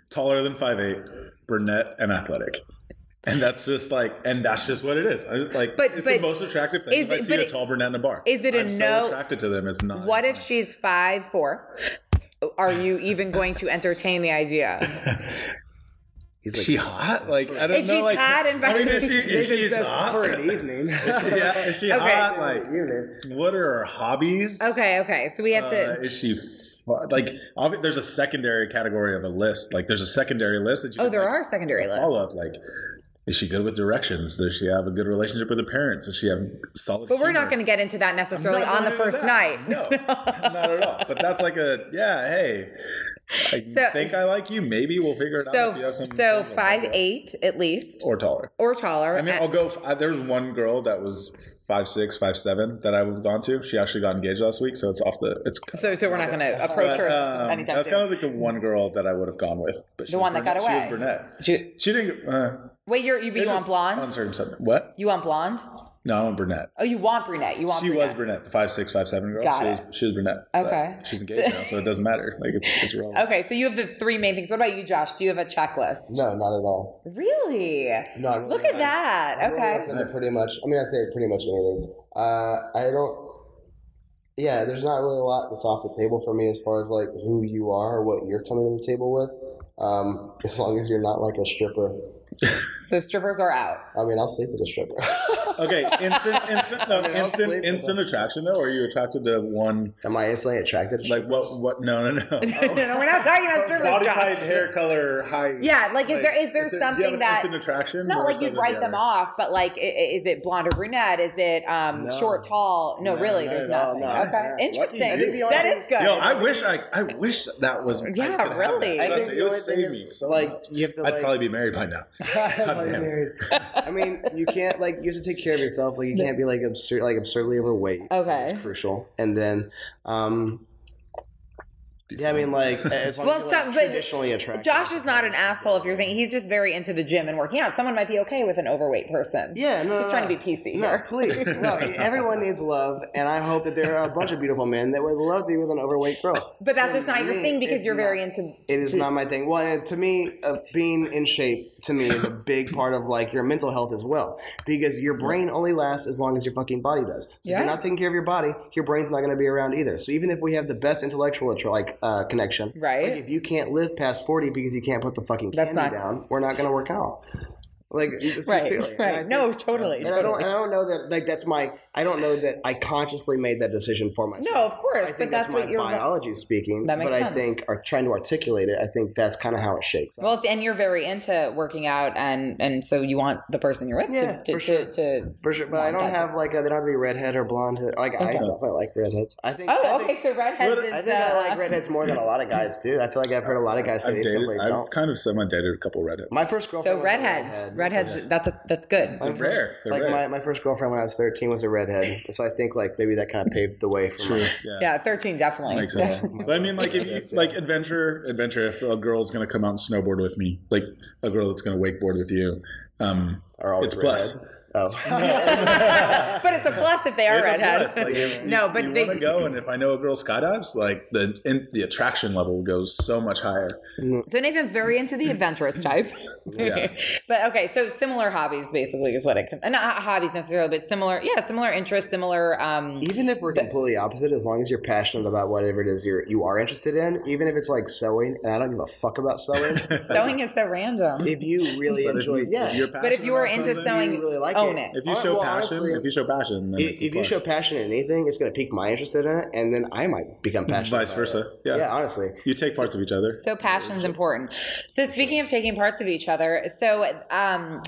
taller than 5'8", brunette, and athletic. And that's just like, and that's just what it is. I just like,
But-
it's
but
the most attractive thing.
is
if I
it-
see
but
a
it-
tall brunette in a bar,
is it a
I'm so
no-
attracted to them? It's not.
what if she's five four? Are you even going to entertain the idea?
Is she hot? Like I don't
If
know.
she's
like,
hot and-
I mean, if, she, if
Nathan
she's
says
hot,
for an evening.
yeah, is she
Okay.
hot? Like,
Evening.
what are her hobbies?
Okay, okay. So we have
Uh,
to
is she f- like? obvi- There's a secondary category of a list. Like, there's a secondary list that you.
Oh,
can,
there
like,
are secondary lists.
follow up like is she good with directions does she have a good relationship with her parents does she have solid
But we're not going to get into that necessarily on the first night.
no not at all but that's like a yeah hey i
So-
think i like you maybe we'll figure it out if you
So
have some
so five eight at least
or taller
or taller.
I mean,
and-
I'll go. I, there was one girl that was five six, five seven that I've gone to. She actually got engaged last week, so it's off the. It's
So, so we're not going to approach her
um,
anytime
that's
soon.
kind of like the one girl that I would have gone with. But she
The
was
one that got
brunette-
away.
She was
She-
brunette. She didn't. Uh,
Wait, you're, you, you
It's
want
just
blonde?
Uncircumcised. What?
You want blonde?
No, I'm brunette.
Oh, you want brunette? You want
She
brunette.
was brunette, the five six, five seven girl.
Got
she
it.
was she was brunette. but
Okay.
She's engaged now, so it doesn't matter. Like it's, it's wrong.
Okay, so you have the three main things. What about you, Josh? Do you have a checklist?
No, not at all.
Really?
No, I'm really
Look at
not.
that.
I'm really
Okay.
open to Pretty much. I mean, I say pretty much anything. Uh, I don't. Yeah, there's not really a lot that's off the table for me as far as like who you are or what you're coming to the table with. Um, as long as you're not like a stripper.
so strippers are out.
I mean, I'll sleep with a stripper.
Okay, instant, instant, no,
mean, I'll sleep
instant,
with
instant
her.
attraction though. Or are you attracted to one?
Am I instantly attracted? To
Like what?
strippers?
What? No, no, no.
no, no, we're not talking about strippers.
Oh. Body
Josh.
type, hair color, height.
Yeah, like, is there is there
do you have
something
an
that
instant attraction?
not
or
like you'd
something
write
the
them
other?
off, but like i- i- is it blonde or brunette? Is it um,
No.
short, tall? No,
No,
really,
no,
there's
no,
nothing.
no.
okay,
What
do you
interesting.
do? I think
the
That
only-
is good.
Yo, I wish I, I wish that was. I
Yeah,
could have that.
really.
I
Trust
think
me,
the
it would
only
save
thing is,
so
like
much.
you have to.
I'd
like,
probably be married by now.
I'm
damn it.
married. I mean, you can't like you have to take care of yourself. Like you can't be like absurd, like absurdly overweight.
Okay.
it's crucial. And then, um, yeah, I mean, like as long
Well,
as you're,
some-
like,
but
traditionally attractive.
Josh is not an asshole if you're thinking he's just very into the gym and working out. Someone might be okay with an overweight person.
Yeah, no,
just
no,
trying
no.
to be PC
No,
here.
please. No, everyone needs love, and I hope that there are a bunch of beautiful men that would love to be with an overweight girl.
But that's just not your
Mm,
thing because
it's
you're very
not.
into.
It is not my thing. Well, and to me, uh, being in shape to me is a big part of like your mental health as well, because your brain only lasts as long as your fucking body does. So if
Yeah.
you're not taking care of your body, your brain's not going to be around either. So even if we have the best intellectual attr- like uh, connection,
Right.
Like if you can't live past forty because you can't put the fucking
That's
candy
not-
down, we're not going to work out. Like sincerely,
Right,
And I
right.
think-
No, totally.
and I don't, I don't know that like that's my I don't know that I consciously made that decision for myself.
No, of course,
I
but
think
that's,
that's,
what
my
you're.
biology speaking.
That makes
but I
sense.
think are trying to articulate it. I think that's kind of how it shakes. out.
Well, if, and you're very into working out, and and so you want the person you're with
Yeah,
to, to,
for sure.
to, to.
for sure, but I don't have like a, they don't have to be redhead or blonde. Like I definitely like redheads. I think. I
Oh,
think,
okay. So redheads
I
is.
think I
uh,
like redheads more than a lot of guys do. I feel like I've heard a lot of guys say
I've
they
dated.
simply
I've
don't.
kind of semi dated a couple redheads.
My first
So
girlfriend. was a
redheads,
redhead.
redheads. That's a, that's good.
My
They're
first-
rare. They're
like
rare.
My, my first girlfriend when I was thirteen was a redhead, so I think like maybe that kind of paved the way for
True.
me.
Yeah.
Yeah, thirteen definitely.
Makes sense. but I mean, like, if you, like adventure, adventure. If a girl's gonna come out and snowboard with me, like a girl that's gonna wakeboard with you, um,
Are always
it's plus.
redhead. Oh.
but it's a plus if they are
It's a
redheads.
plus. Like, if you-
no, but
you
they,
wanna go, and if I know a girl skydives, like the in, the attraction level goes so much higher.
so Nathan's very into the adventurous type.
Yeah.
but okay, so similar hobbies basically is what it comes. Not hobbies necessarily, but similar. Yeah, similar interests, similar. Um,
even if we're completely opposite, as long as you're passionate about whatever it is you're, you are interested in, even if it's like sewing, and I don't give a fuck about sewing,
sewing is so random.
if you really
But if
enjoy,
you-
yeah,
you're
But if
passionate
you are
about
into
something,
sewing,
you really like
own
it.
if you
Well,
show
well,
passion,
honestly,
if you show passion, then
if,
it's a
if you
plus.
show passion in anything, it's going to pique my interest in it, and then I might become passionate.
vice
about it.
versa, yeah.
Yeah, honestly.
you take parts of each other.
So passion's important. So speaking of taking parts of each other, so um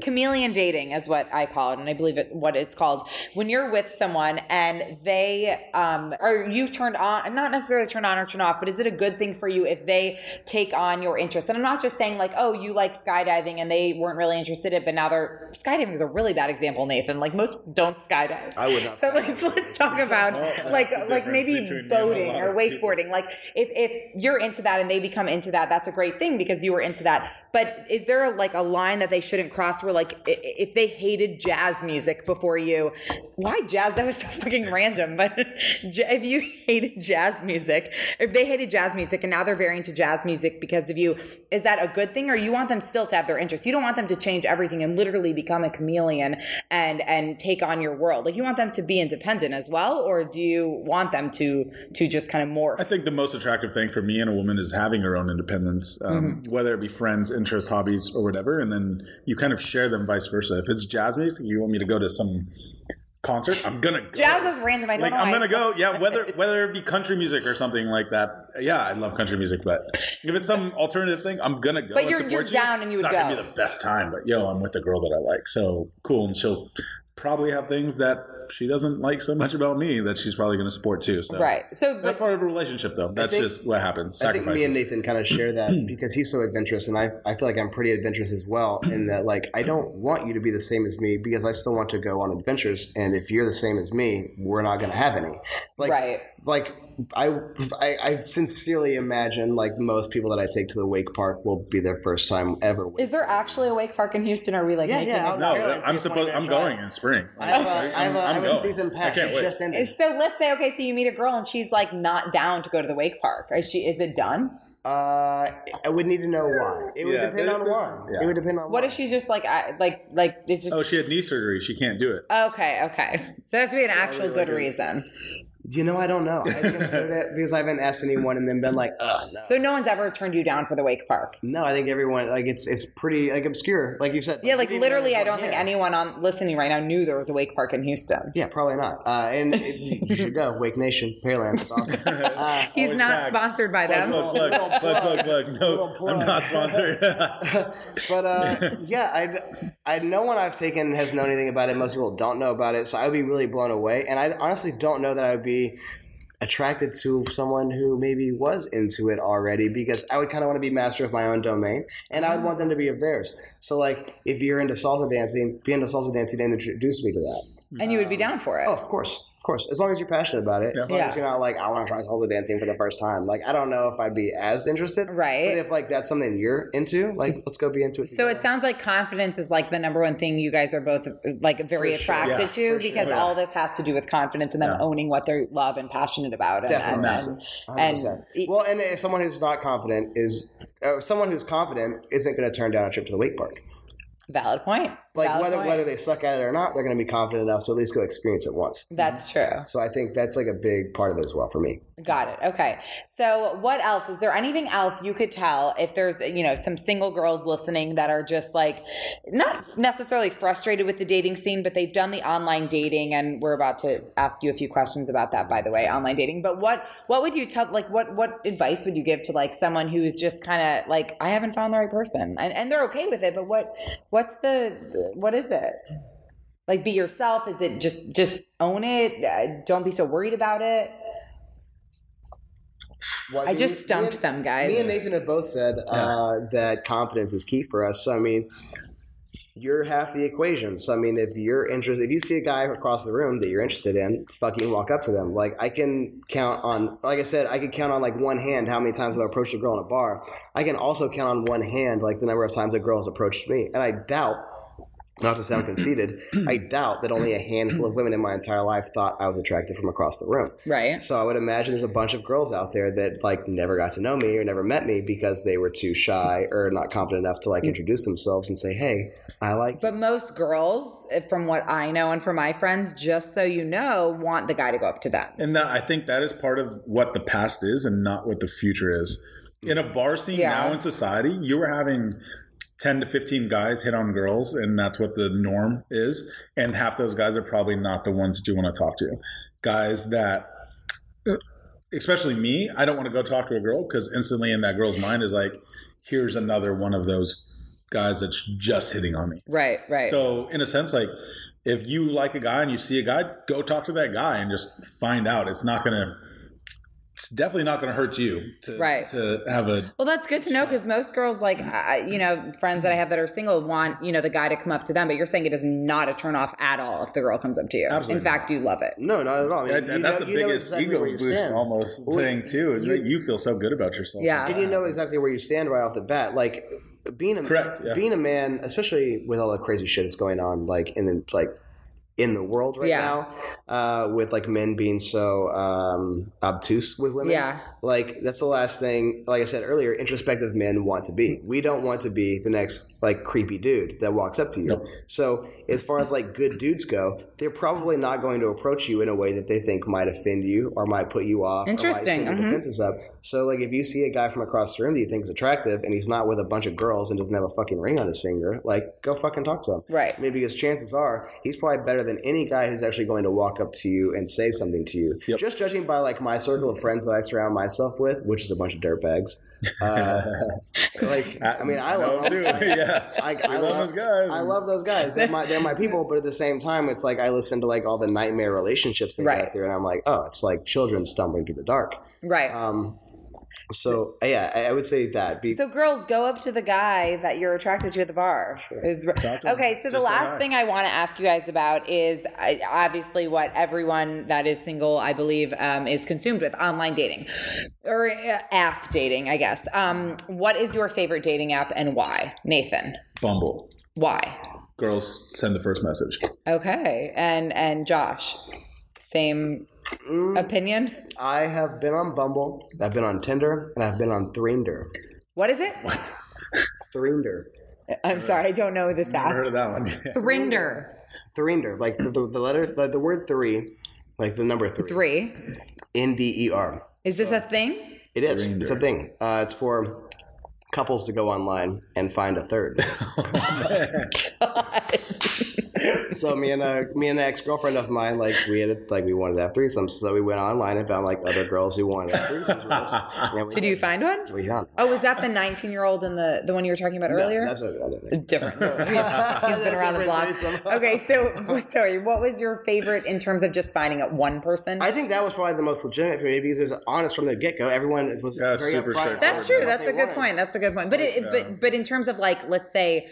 chameleon dating is what I call it, and I believe it what it's called. When you're with someone and they um are you turned on not necessarily turned on or turned off, but is it a good thing for you if they take on your interest? And I'm not just saying like, oh, you like skydiving and they weren't really interested in it, but now they're skydiving is a really bad example, Nathan. Like most don't skydive.
I would not
So
skydive.
let's let's talk about
Well,
like
that's the
like
difference
maybe
between me and a
boating
lot
or
of people.
wakeboarding. Like if if you're into that and they become into that, that's a great thing because you were into that. But is there like a line that they shouldn't cross? Where like i- i- if they hated jazz music before you, why jazz? That was so fucking random. But j- if you hated jazz music, if they hated jazz music and now they're very into jazz music because of you, is that a good thing? Or you want them still to have their interest? You don't want them to change everything and literally become a chameleon and and take on your world. Like you want them to be independent as well, or do you want them to to just kind of morph?
I think the most attractive thing for me and a woman is having her own independence, um, whether it be friends, interests, hobbies, or whatever. And then you kind of share them vice versa. If it's jazz music, you want me to go to some concert, I'm gonna go.
Jazz is random. I don't
like
know.
I'm
why
gonna
it's-
go, yeah. Whether whether it be country music or something like that, yeah, I love country music. But if it's some alternative thing, I'm gonna go.
But
and
you're-
support
you're
you.
down and you
it's
would
not gonna
go.
be the best time. But yo, I'm with the girl that I like, so cool, and she'll probably have things that she doesn't like so much about me that she's probably gonna support too. So
Right. So
that's
but-
part of a relationship, though. That's
think-
just what happens.
I think
Sacrifices.
me and Nathan kind of share that because he's so adventurous, and I, I feel like I'm pretty adventurous as well. In that, like, I don't want you to be the same as me because I still want to go on adventures. And if you're the same as me, we're not going to have any. Like,
Right.
Like, I, I, I sincerely imagine like most people that I take to the wake park will be their first time ever.
is there actually a wake park in Houston? Are we like
Yeah,
making
yeah,
this
I'll-
no,
up?
Ireland,
I'm
Just
supposed.
wanted to
I'm
try.
going in spring.
I have a, I have a, I
I'm
have a
going.
season pass.
I can't
It
wait.
just ended.
So let's say okay, so you meet a girl and she's like not down to go to the wake park. Is she? Is it done?
Uh, I would need to know why. It would
Yeah,
depend
there-
on
there's-
why.
yeah.
It would depend on
What
why.
if she's just like I like like it's just
oh, she had knee surgery. She can't do it.
okay okay. So that's be an actual good reason.
You know, I don't know. I considered it because I haven't asked anyone and then been like, oh, no.
So no one's ever turned you down for the Wake Park.
No, I think everyone like it's it's pretty like obscure, like you said.
Yeah, like
we didn't
literally,
realize
I
it
don't
on
think
here.
anyone on listening right now knew there was a Wake Park in Houston.
Yeah, probably not. Uh, and it- you should go Wake Nation, Pearland. It's awesome. Uh,
He's
Always
not
tag.
sponsored by
Plug,
them.
plug, plug,
Little
plug, plug,
plug.
plug.
Little
No,
plug.
I'm not sponsored.
but uh, yeah, I I no one I've taken has known anything about it. Most people don't know about it, so I would be really blown away. And I honestly don't know that I would be attracted to someone who maybe was into it already because I would kind of want to be master of my own domain and I
Mm-hmm.
would want them to be of theirs. So like if you're into salsa dancing, be into salsa dancing and introduce me to that.
And you would be down for it.
Oh, of course. Of course. As long as you're passionate about it. As long as
Yeah.
you're not like, I want to try salsa dancing for the first time. Like, I don't know if I'd be as interested.
Right.
But if like that's something you're into, like let's go be into it.
So
together.
it sounds like confidence is like the number one thing you guys are both like very
For sure.
attracted
Yeah,
to because all this has to do with confidence and them owning what they love and passionate about. and-
Definitely.
And, and,
100%. well, and if someone who's not confident is, or someone who's confident isn't going to turn down a trip to the wake park.
valid point.
Like
Valid
whether
point.
whether they suck at it or not, they're going to be confident enough to at least go experience it once.
that's true.
So I think that's like a big part of it as well for me.
Got it. Okay. So, what else? Is there anything else you could tell if there's, you know, some single girls listening that are just like not necessarily frustrated with the dating scene, but they've done the online dating and we're about to ask you a few questions about that by the way, online dating. But what what would you tell like what what advice would you give to like someone who's just kind of like I haven't found the right person and and they're okay with it, but what what's the what is it? Like be yourself? Is it just just own it? Uh, Don't be so worried about it.
Well,
I
mean,
just stumped
me and-
them, guys.
Me and Nathan have both said uh, that confidence is key for us. So I mean, you're half the equation. So I mean, if you're interested, if you see a guy across the room that you're interested in, fucking walk up to them. Like I can count on, like I said, I could count on like one hand how many times I've approached a girl in a bar. I can also count on one hand like the number of times a girl has approached me, and I doubt. Not to sound conceited, I doubt that only a handful of women in my entire life thought I was attractive from across the room.
Right.
So I would imagine there's a bunch of girls out there that like never got to know me or never met me because they were too shy or not confident enough to like introduce themselves and say, "Hey, I like."
Mm. But most girls, eh, from what I know and from my friends, just so you know, want the guy to go up to them.
And that I think that is part of what the past is and not what the future is. In a bar scene
Yeah.
now in society, you were having 10 to 15 guys hit on girls, and that's what the norm is. And half those guys are probably not the ones that you want to talk to. Guys that, especially me, I don't want to go talk to a girl because instantly in that girl's mind is like, here's another one of those guys that's just hitting on me.
Right, right.
So in a sense, like if you like a guy and you see a guy, go talk to that guy and just find out. It's not gonna. It's definitely not gonna hurt you to
Right.
to have a.
well, that's good to know because most girls, like, I, I- you know, friends that I have that are single want, you know, the guy to come up to them, but you're saying it is not a turn off at all if the girl comes up to you.
Absolutely
In fact, you love it.
no, not at all. I mean,
That-
Oh, you
that's
know-
the
you know
biggest
exactly
ego
where you
boost
stand.
almost
Well,
thing too. Is
you-
that you feel so good about yourself.
Yeah.
And you know exactly where you stand right off the bat. Like being a
Correct, yeah.
being a man, especially with all the crazy shit that's going on, like in the like in the world right
Yeah.
now, uh, with like men being so um, obtuse with women.
Yeah.
Like that's the last thing. Like I said earlier, introspective men want to be. We don't want to be the next like creepy dude that walks up to you. So as far as like good dudes go, they're probably not going to approach you in a way that they think might offend you or might put you off. or might
Interesting,
send your
mhm.
defenses up. So like if you see a guy from across the room that you think is attractive and he's not with a bunch of girls and doesn't have a fucking ring on his finger, like go fucking talk to him.
Right.
I mean, because chances are he's probably better than any guy who's actually going to walk up to you and say something to you. Just judging by like my circle of friends that I surround myself with, which is a bunch of dirtbags. Uh, like I mean, I love
too. yeah.
I, I
love
love
those guys.
I love those guys. They're my, they're my people, but at the same time, it's like I listen to like all the nightmare relationships they
Right.
got through, and I'm like, oh, it's like children stumbling through the dark.
Right.
Um, so uh, yeah, I, I would say that. Be,
So, girls, go up to the guy that you're attracted to at the bar. Is-
to him.
okay, so the
Just say
last
hi.
thing I want to ask you guys about is I, obviously what everyone that is single, I believe, um, is consumed with online dating or uh, app dating, I guess. Um, what is your favorite dating app and why? Nathan,
Bumble.
why?
Girls send the first message.
Okay, and and Josh, same opinion.
mm, I have been on Bumble, I've been on Tinder, and I've been on Threender.
What is it?
What?
Threender.
I'm sorry, I don't know this
I
app.
heard of that one.
Thrinder.
Threender. Like the, the, the letter, the, the word three like the number three.
Three.
N D E R.
Is this a thing?
It is. It's a thing. Uh, it's for couples to go online and find a third. so me and a me and an ex girlfriend of mine, like we had a, like we wanted to have threesomes, so we went online and found like other girls who wanted to have threesomes with us. And we-
Did you find one?
We found.
Oh, was that the 19 year old and the, the one you were talking about earlier?
That's another thing.
different. He's been around the block.
Different threesome.
Okay, so sorry. What was your favorite in terms of just finding out one person?
I think that was probably the most legitimate for me because it was honest from the get go. Everyone was
Yeah,
very
super
upfront.
That's
Or
true.
what
That's
they
a good
wanted.
point. That's a good point. But it, but but in terms of like let's say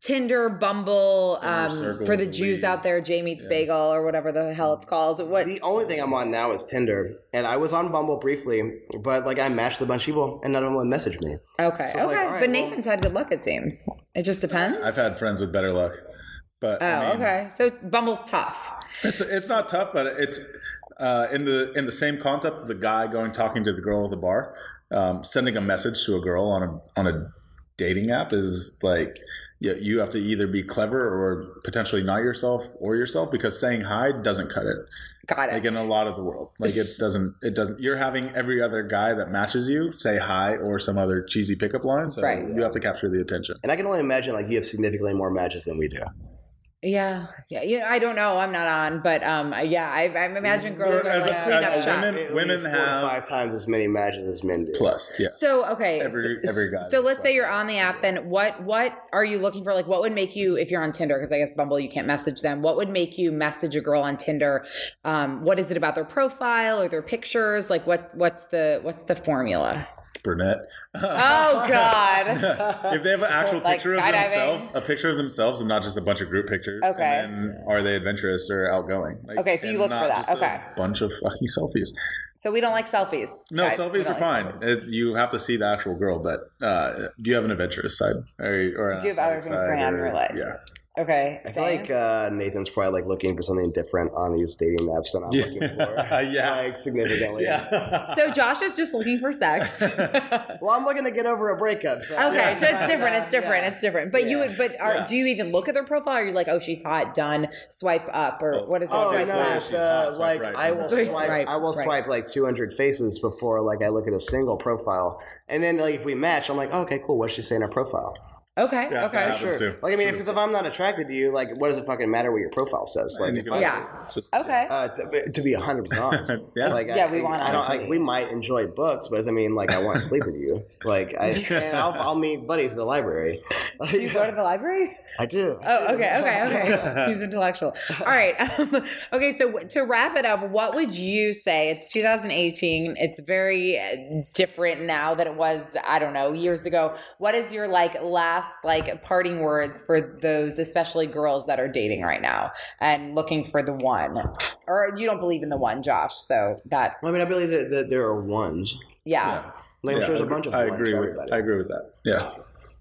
Tinder, Bumble, um,
Circle,
for the Jews
Lead.
out there, Jay meets Bagel or whatever the hell it's called. What?
The only thing I'm on now is Tinder, and I was on Bumble briefly, but like I matched with a bunch of people, and none of them would message me.
Okay, okay.
like, all right,
but
well-
Nathan's had good luck. It seems. It just depends.
I've had friends with better luck, but
oh,
I mean,
okay. So Bumble's tough.
It's it's not tough, but it's uh, in the in the same concept. of The guy going talking to the girl at the bar, um, sending a message to a girl on a on a dating app is like you, you have to either be clever or potentially not yourself or yourself because saying hi doesn't cut it.
Got it.
Like in a lot of the world, like it doesn't it doesn't. You're having every other guy that matches you say hi or some other cheesy pickup line, so
Right.
you have to capture the attention.
And I can only imagine like you have significantly more matches than we do.
Yeah, yeah, yeah. I don't know. I'm not on, but um, yeah, I, I imagine girls
We're-
are
as a-
gonna
as
snapshot.
a women-
At
women
least four to
have-
five times as many matches as men do.
Plus, yeah.
So okay,
Every-
so,
every guy
So
looks
let's say
like
you're on the app. Then what? What are you looking for? Like, what would make you if you're on Tinder? Because I guess Bumble you can't message them. What would make you message a girl on Tinder? Um, what is it about their profile or their pictures? Like, what? What's the what's the formula?
brunette.
Oh God.
if they have an actual
Like
picture
skydiving?
of themselves, a picture of themselves, and not just a bunch of group pictures.
Okay.
And then are they adventurous or outgoing? Like,
Okay, so you
and
look for
not
that.
just a
Okay.
bunch of fucking selfies.
So we don't like selfies.
No,
guys. We
selfies
don't like
are fine.
selfies.
It- you have to see the actual girl, but uh, do you have an adventurous side? Or, or an
Do you have other
athletic
things
side
going on in
or-
your life?
Yeah.
Okay.
I feel
same.
like uh, Nathan's probably like looking for something different on these dating apps than I'm looking for.
Yeah.
Like significantly.
Yeah.
so Josh is just looking for sex.
Well, I'm looking to get over a breakup. So
Okay, so it's different. It's different. It's different. But you would. But are, do you even look at their profile? Are you like, oh, she's hot, done, swipe up, or what is it?
Oh,
Swipe
no,
left.
it's, uh,
Swipe
like
right.
I will
Swipe
swipe,
right.
I will
Right.
swipe like 200 faces before like I look at a single profile, and then like if we match, I'm like, oh, okay, cool. What's she saying in her profile?
Okay,
Yeah, that
okay,
happens too.
Like I mean, because if I'm not attracted to you, like what does it fucking matter what your profile says? Like,
And you
if
can
I-
also
Yeah.
just-
okay.
uh, to, to be 100 percent honest,
Yeah.
like,
Yeah,
I,
we want
I don't like
honesty.
we might enjoy books, but it doesn't mean like I want to sleep with you. Like I, and I'll, I'll meet buddies at the library.
Do you go to the library?
I do.
Oh, okay, okay, okay. He's intellectual. All right. okay, so w- to wrap it up, what would you say? It's 2018. It's very uh, different now than it was, I don't know, years ago. What is your like last like parting words for those, especially girls that are dating right now and looking for the one? Or you don't believe in the one, Josh. So that
I mean, I believe that, that there are ones.
yeah.
Like I'm
Yeah,
sure there's a
I-
bunch of
I
ones
agree
for
with
everybody.
I agree with that. Yeah.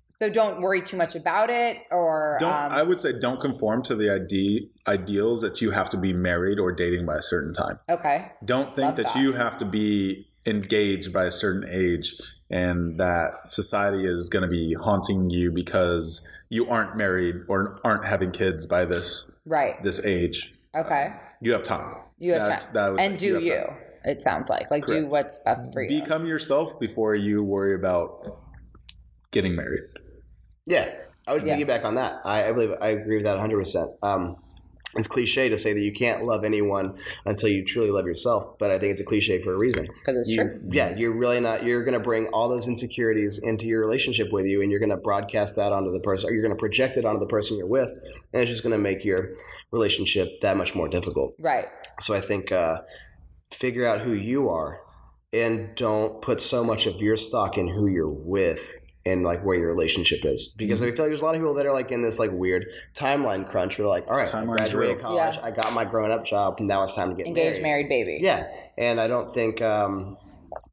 So don't worry too much about it or
Don't
um,
I would say don't conform to the ide- ideals that you have to be married or dating by a certain time.
Okay.
don't think
Love
that,
that.
you have to be engaged by a certain age and that society is going to be haunting you because you aren't married or aren't having kids by this
Right.
this age
Okay.
you have time
You have
That's-
time.
that was-
and do you,
have time.
it sounds like. Like do
Correct.
what's best for you.
become yourself before you worry about getting married
Yeah, I would
Yeah.
piggyback on that. I, I believe I agree with that 100. percent um, It's cliche to say that you can't love anyone until you truly love yourself, but I think it's a cliche for a reason.
Because it's
You-
true.
Yeah, you're really not. You're going to bring all those insecurities into your relationship with you, and you're going to broadcast that onto the person, or you're going to project it onto the person you're with, and it's just going to make your relationship that much more difficult.
Right.
So I think uh, figure out who you are and don't put so much of your stock in who you're with and like where your relationship is because I feel like there's a lot of people that are like in this like weird timeline crunch. Where like, all right, I
Timeline's
graduated
real.
college,
Yeah.
I got my grown up job, now it's time to get
Engaged,
married.
married, baby.
Yeah, and I don't think um,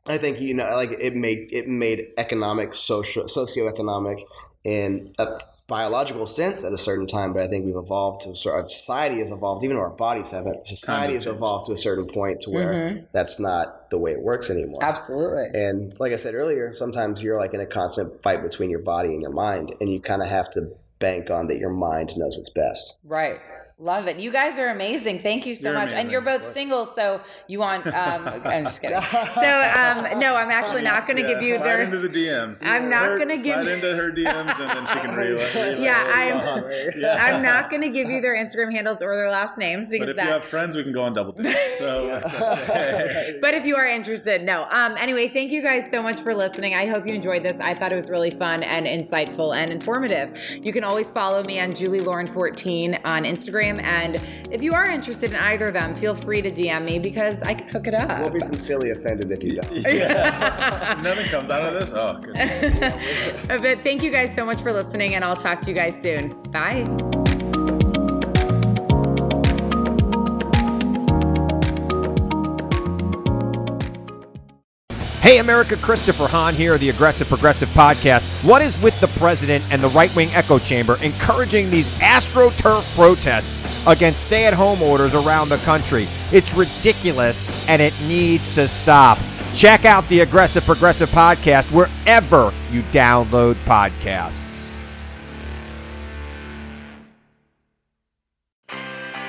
I think you know like it made it made economic, social, socioeconomic, and a biological sense at a certain time. But I think we've evolved to sort of society has evolved. Even though our bodies haven't. Society has evolved to a certain point to where that's not the way it works anymore.
Absolutely.
And like I said earlier, sometimes you're like in a constant fight between your body and your mind, and you kind of have to bank on that your mind knows what's best.
Right. Love it. You guys are amazing. Thank you so
You're
much. And
amazing.
you're both
Of course.
single, so you want um I'm just kidding. So um no, I'm actually not gonna
Yeah,
give you
slide
their
into the DMs.
I'm not
Her-
gonna give-
slide into her DMs and then she can relay.
Yeah,
relay
I'm-
it along.
I'm not gonna give you their Instagram handles or their last names
But
because
if
that
you have friends, we can go on double dates. So it's okay.
but if you are interested, no. Um, anyway, thank you guys so much for listening. I hope you enjoyed this. I thought it was really fun and insightful and informative. You can always follow me on Julie Lauren 14 on Instagram. And if you are interested in either of them, feel free to DM me because I can hook it up.
We'll be sincerely offended if you don't.
Nothing comes out of this. Oh, good.
but thank you guys so much for listening, and I'll talk to you guys soon. Bye.
Hey, America, Christopher Hahn here, the Aggressive Progressive Podcast. What is with the president and the right wing echo chamber encouraging these astroturf protests against stay at home orders around the country? It's ridiculous and it needs to stop. Check out the Aggressive Progressive Podcast wherever you download podcasts.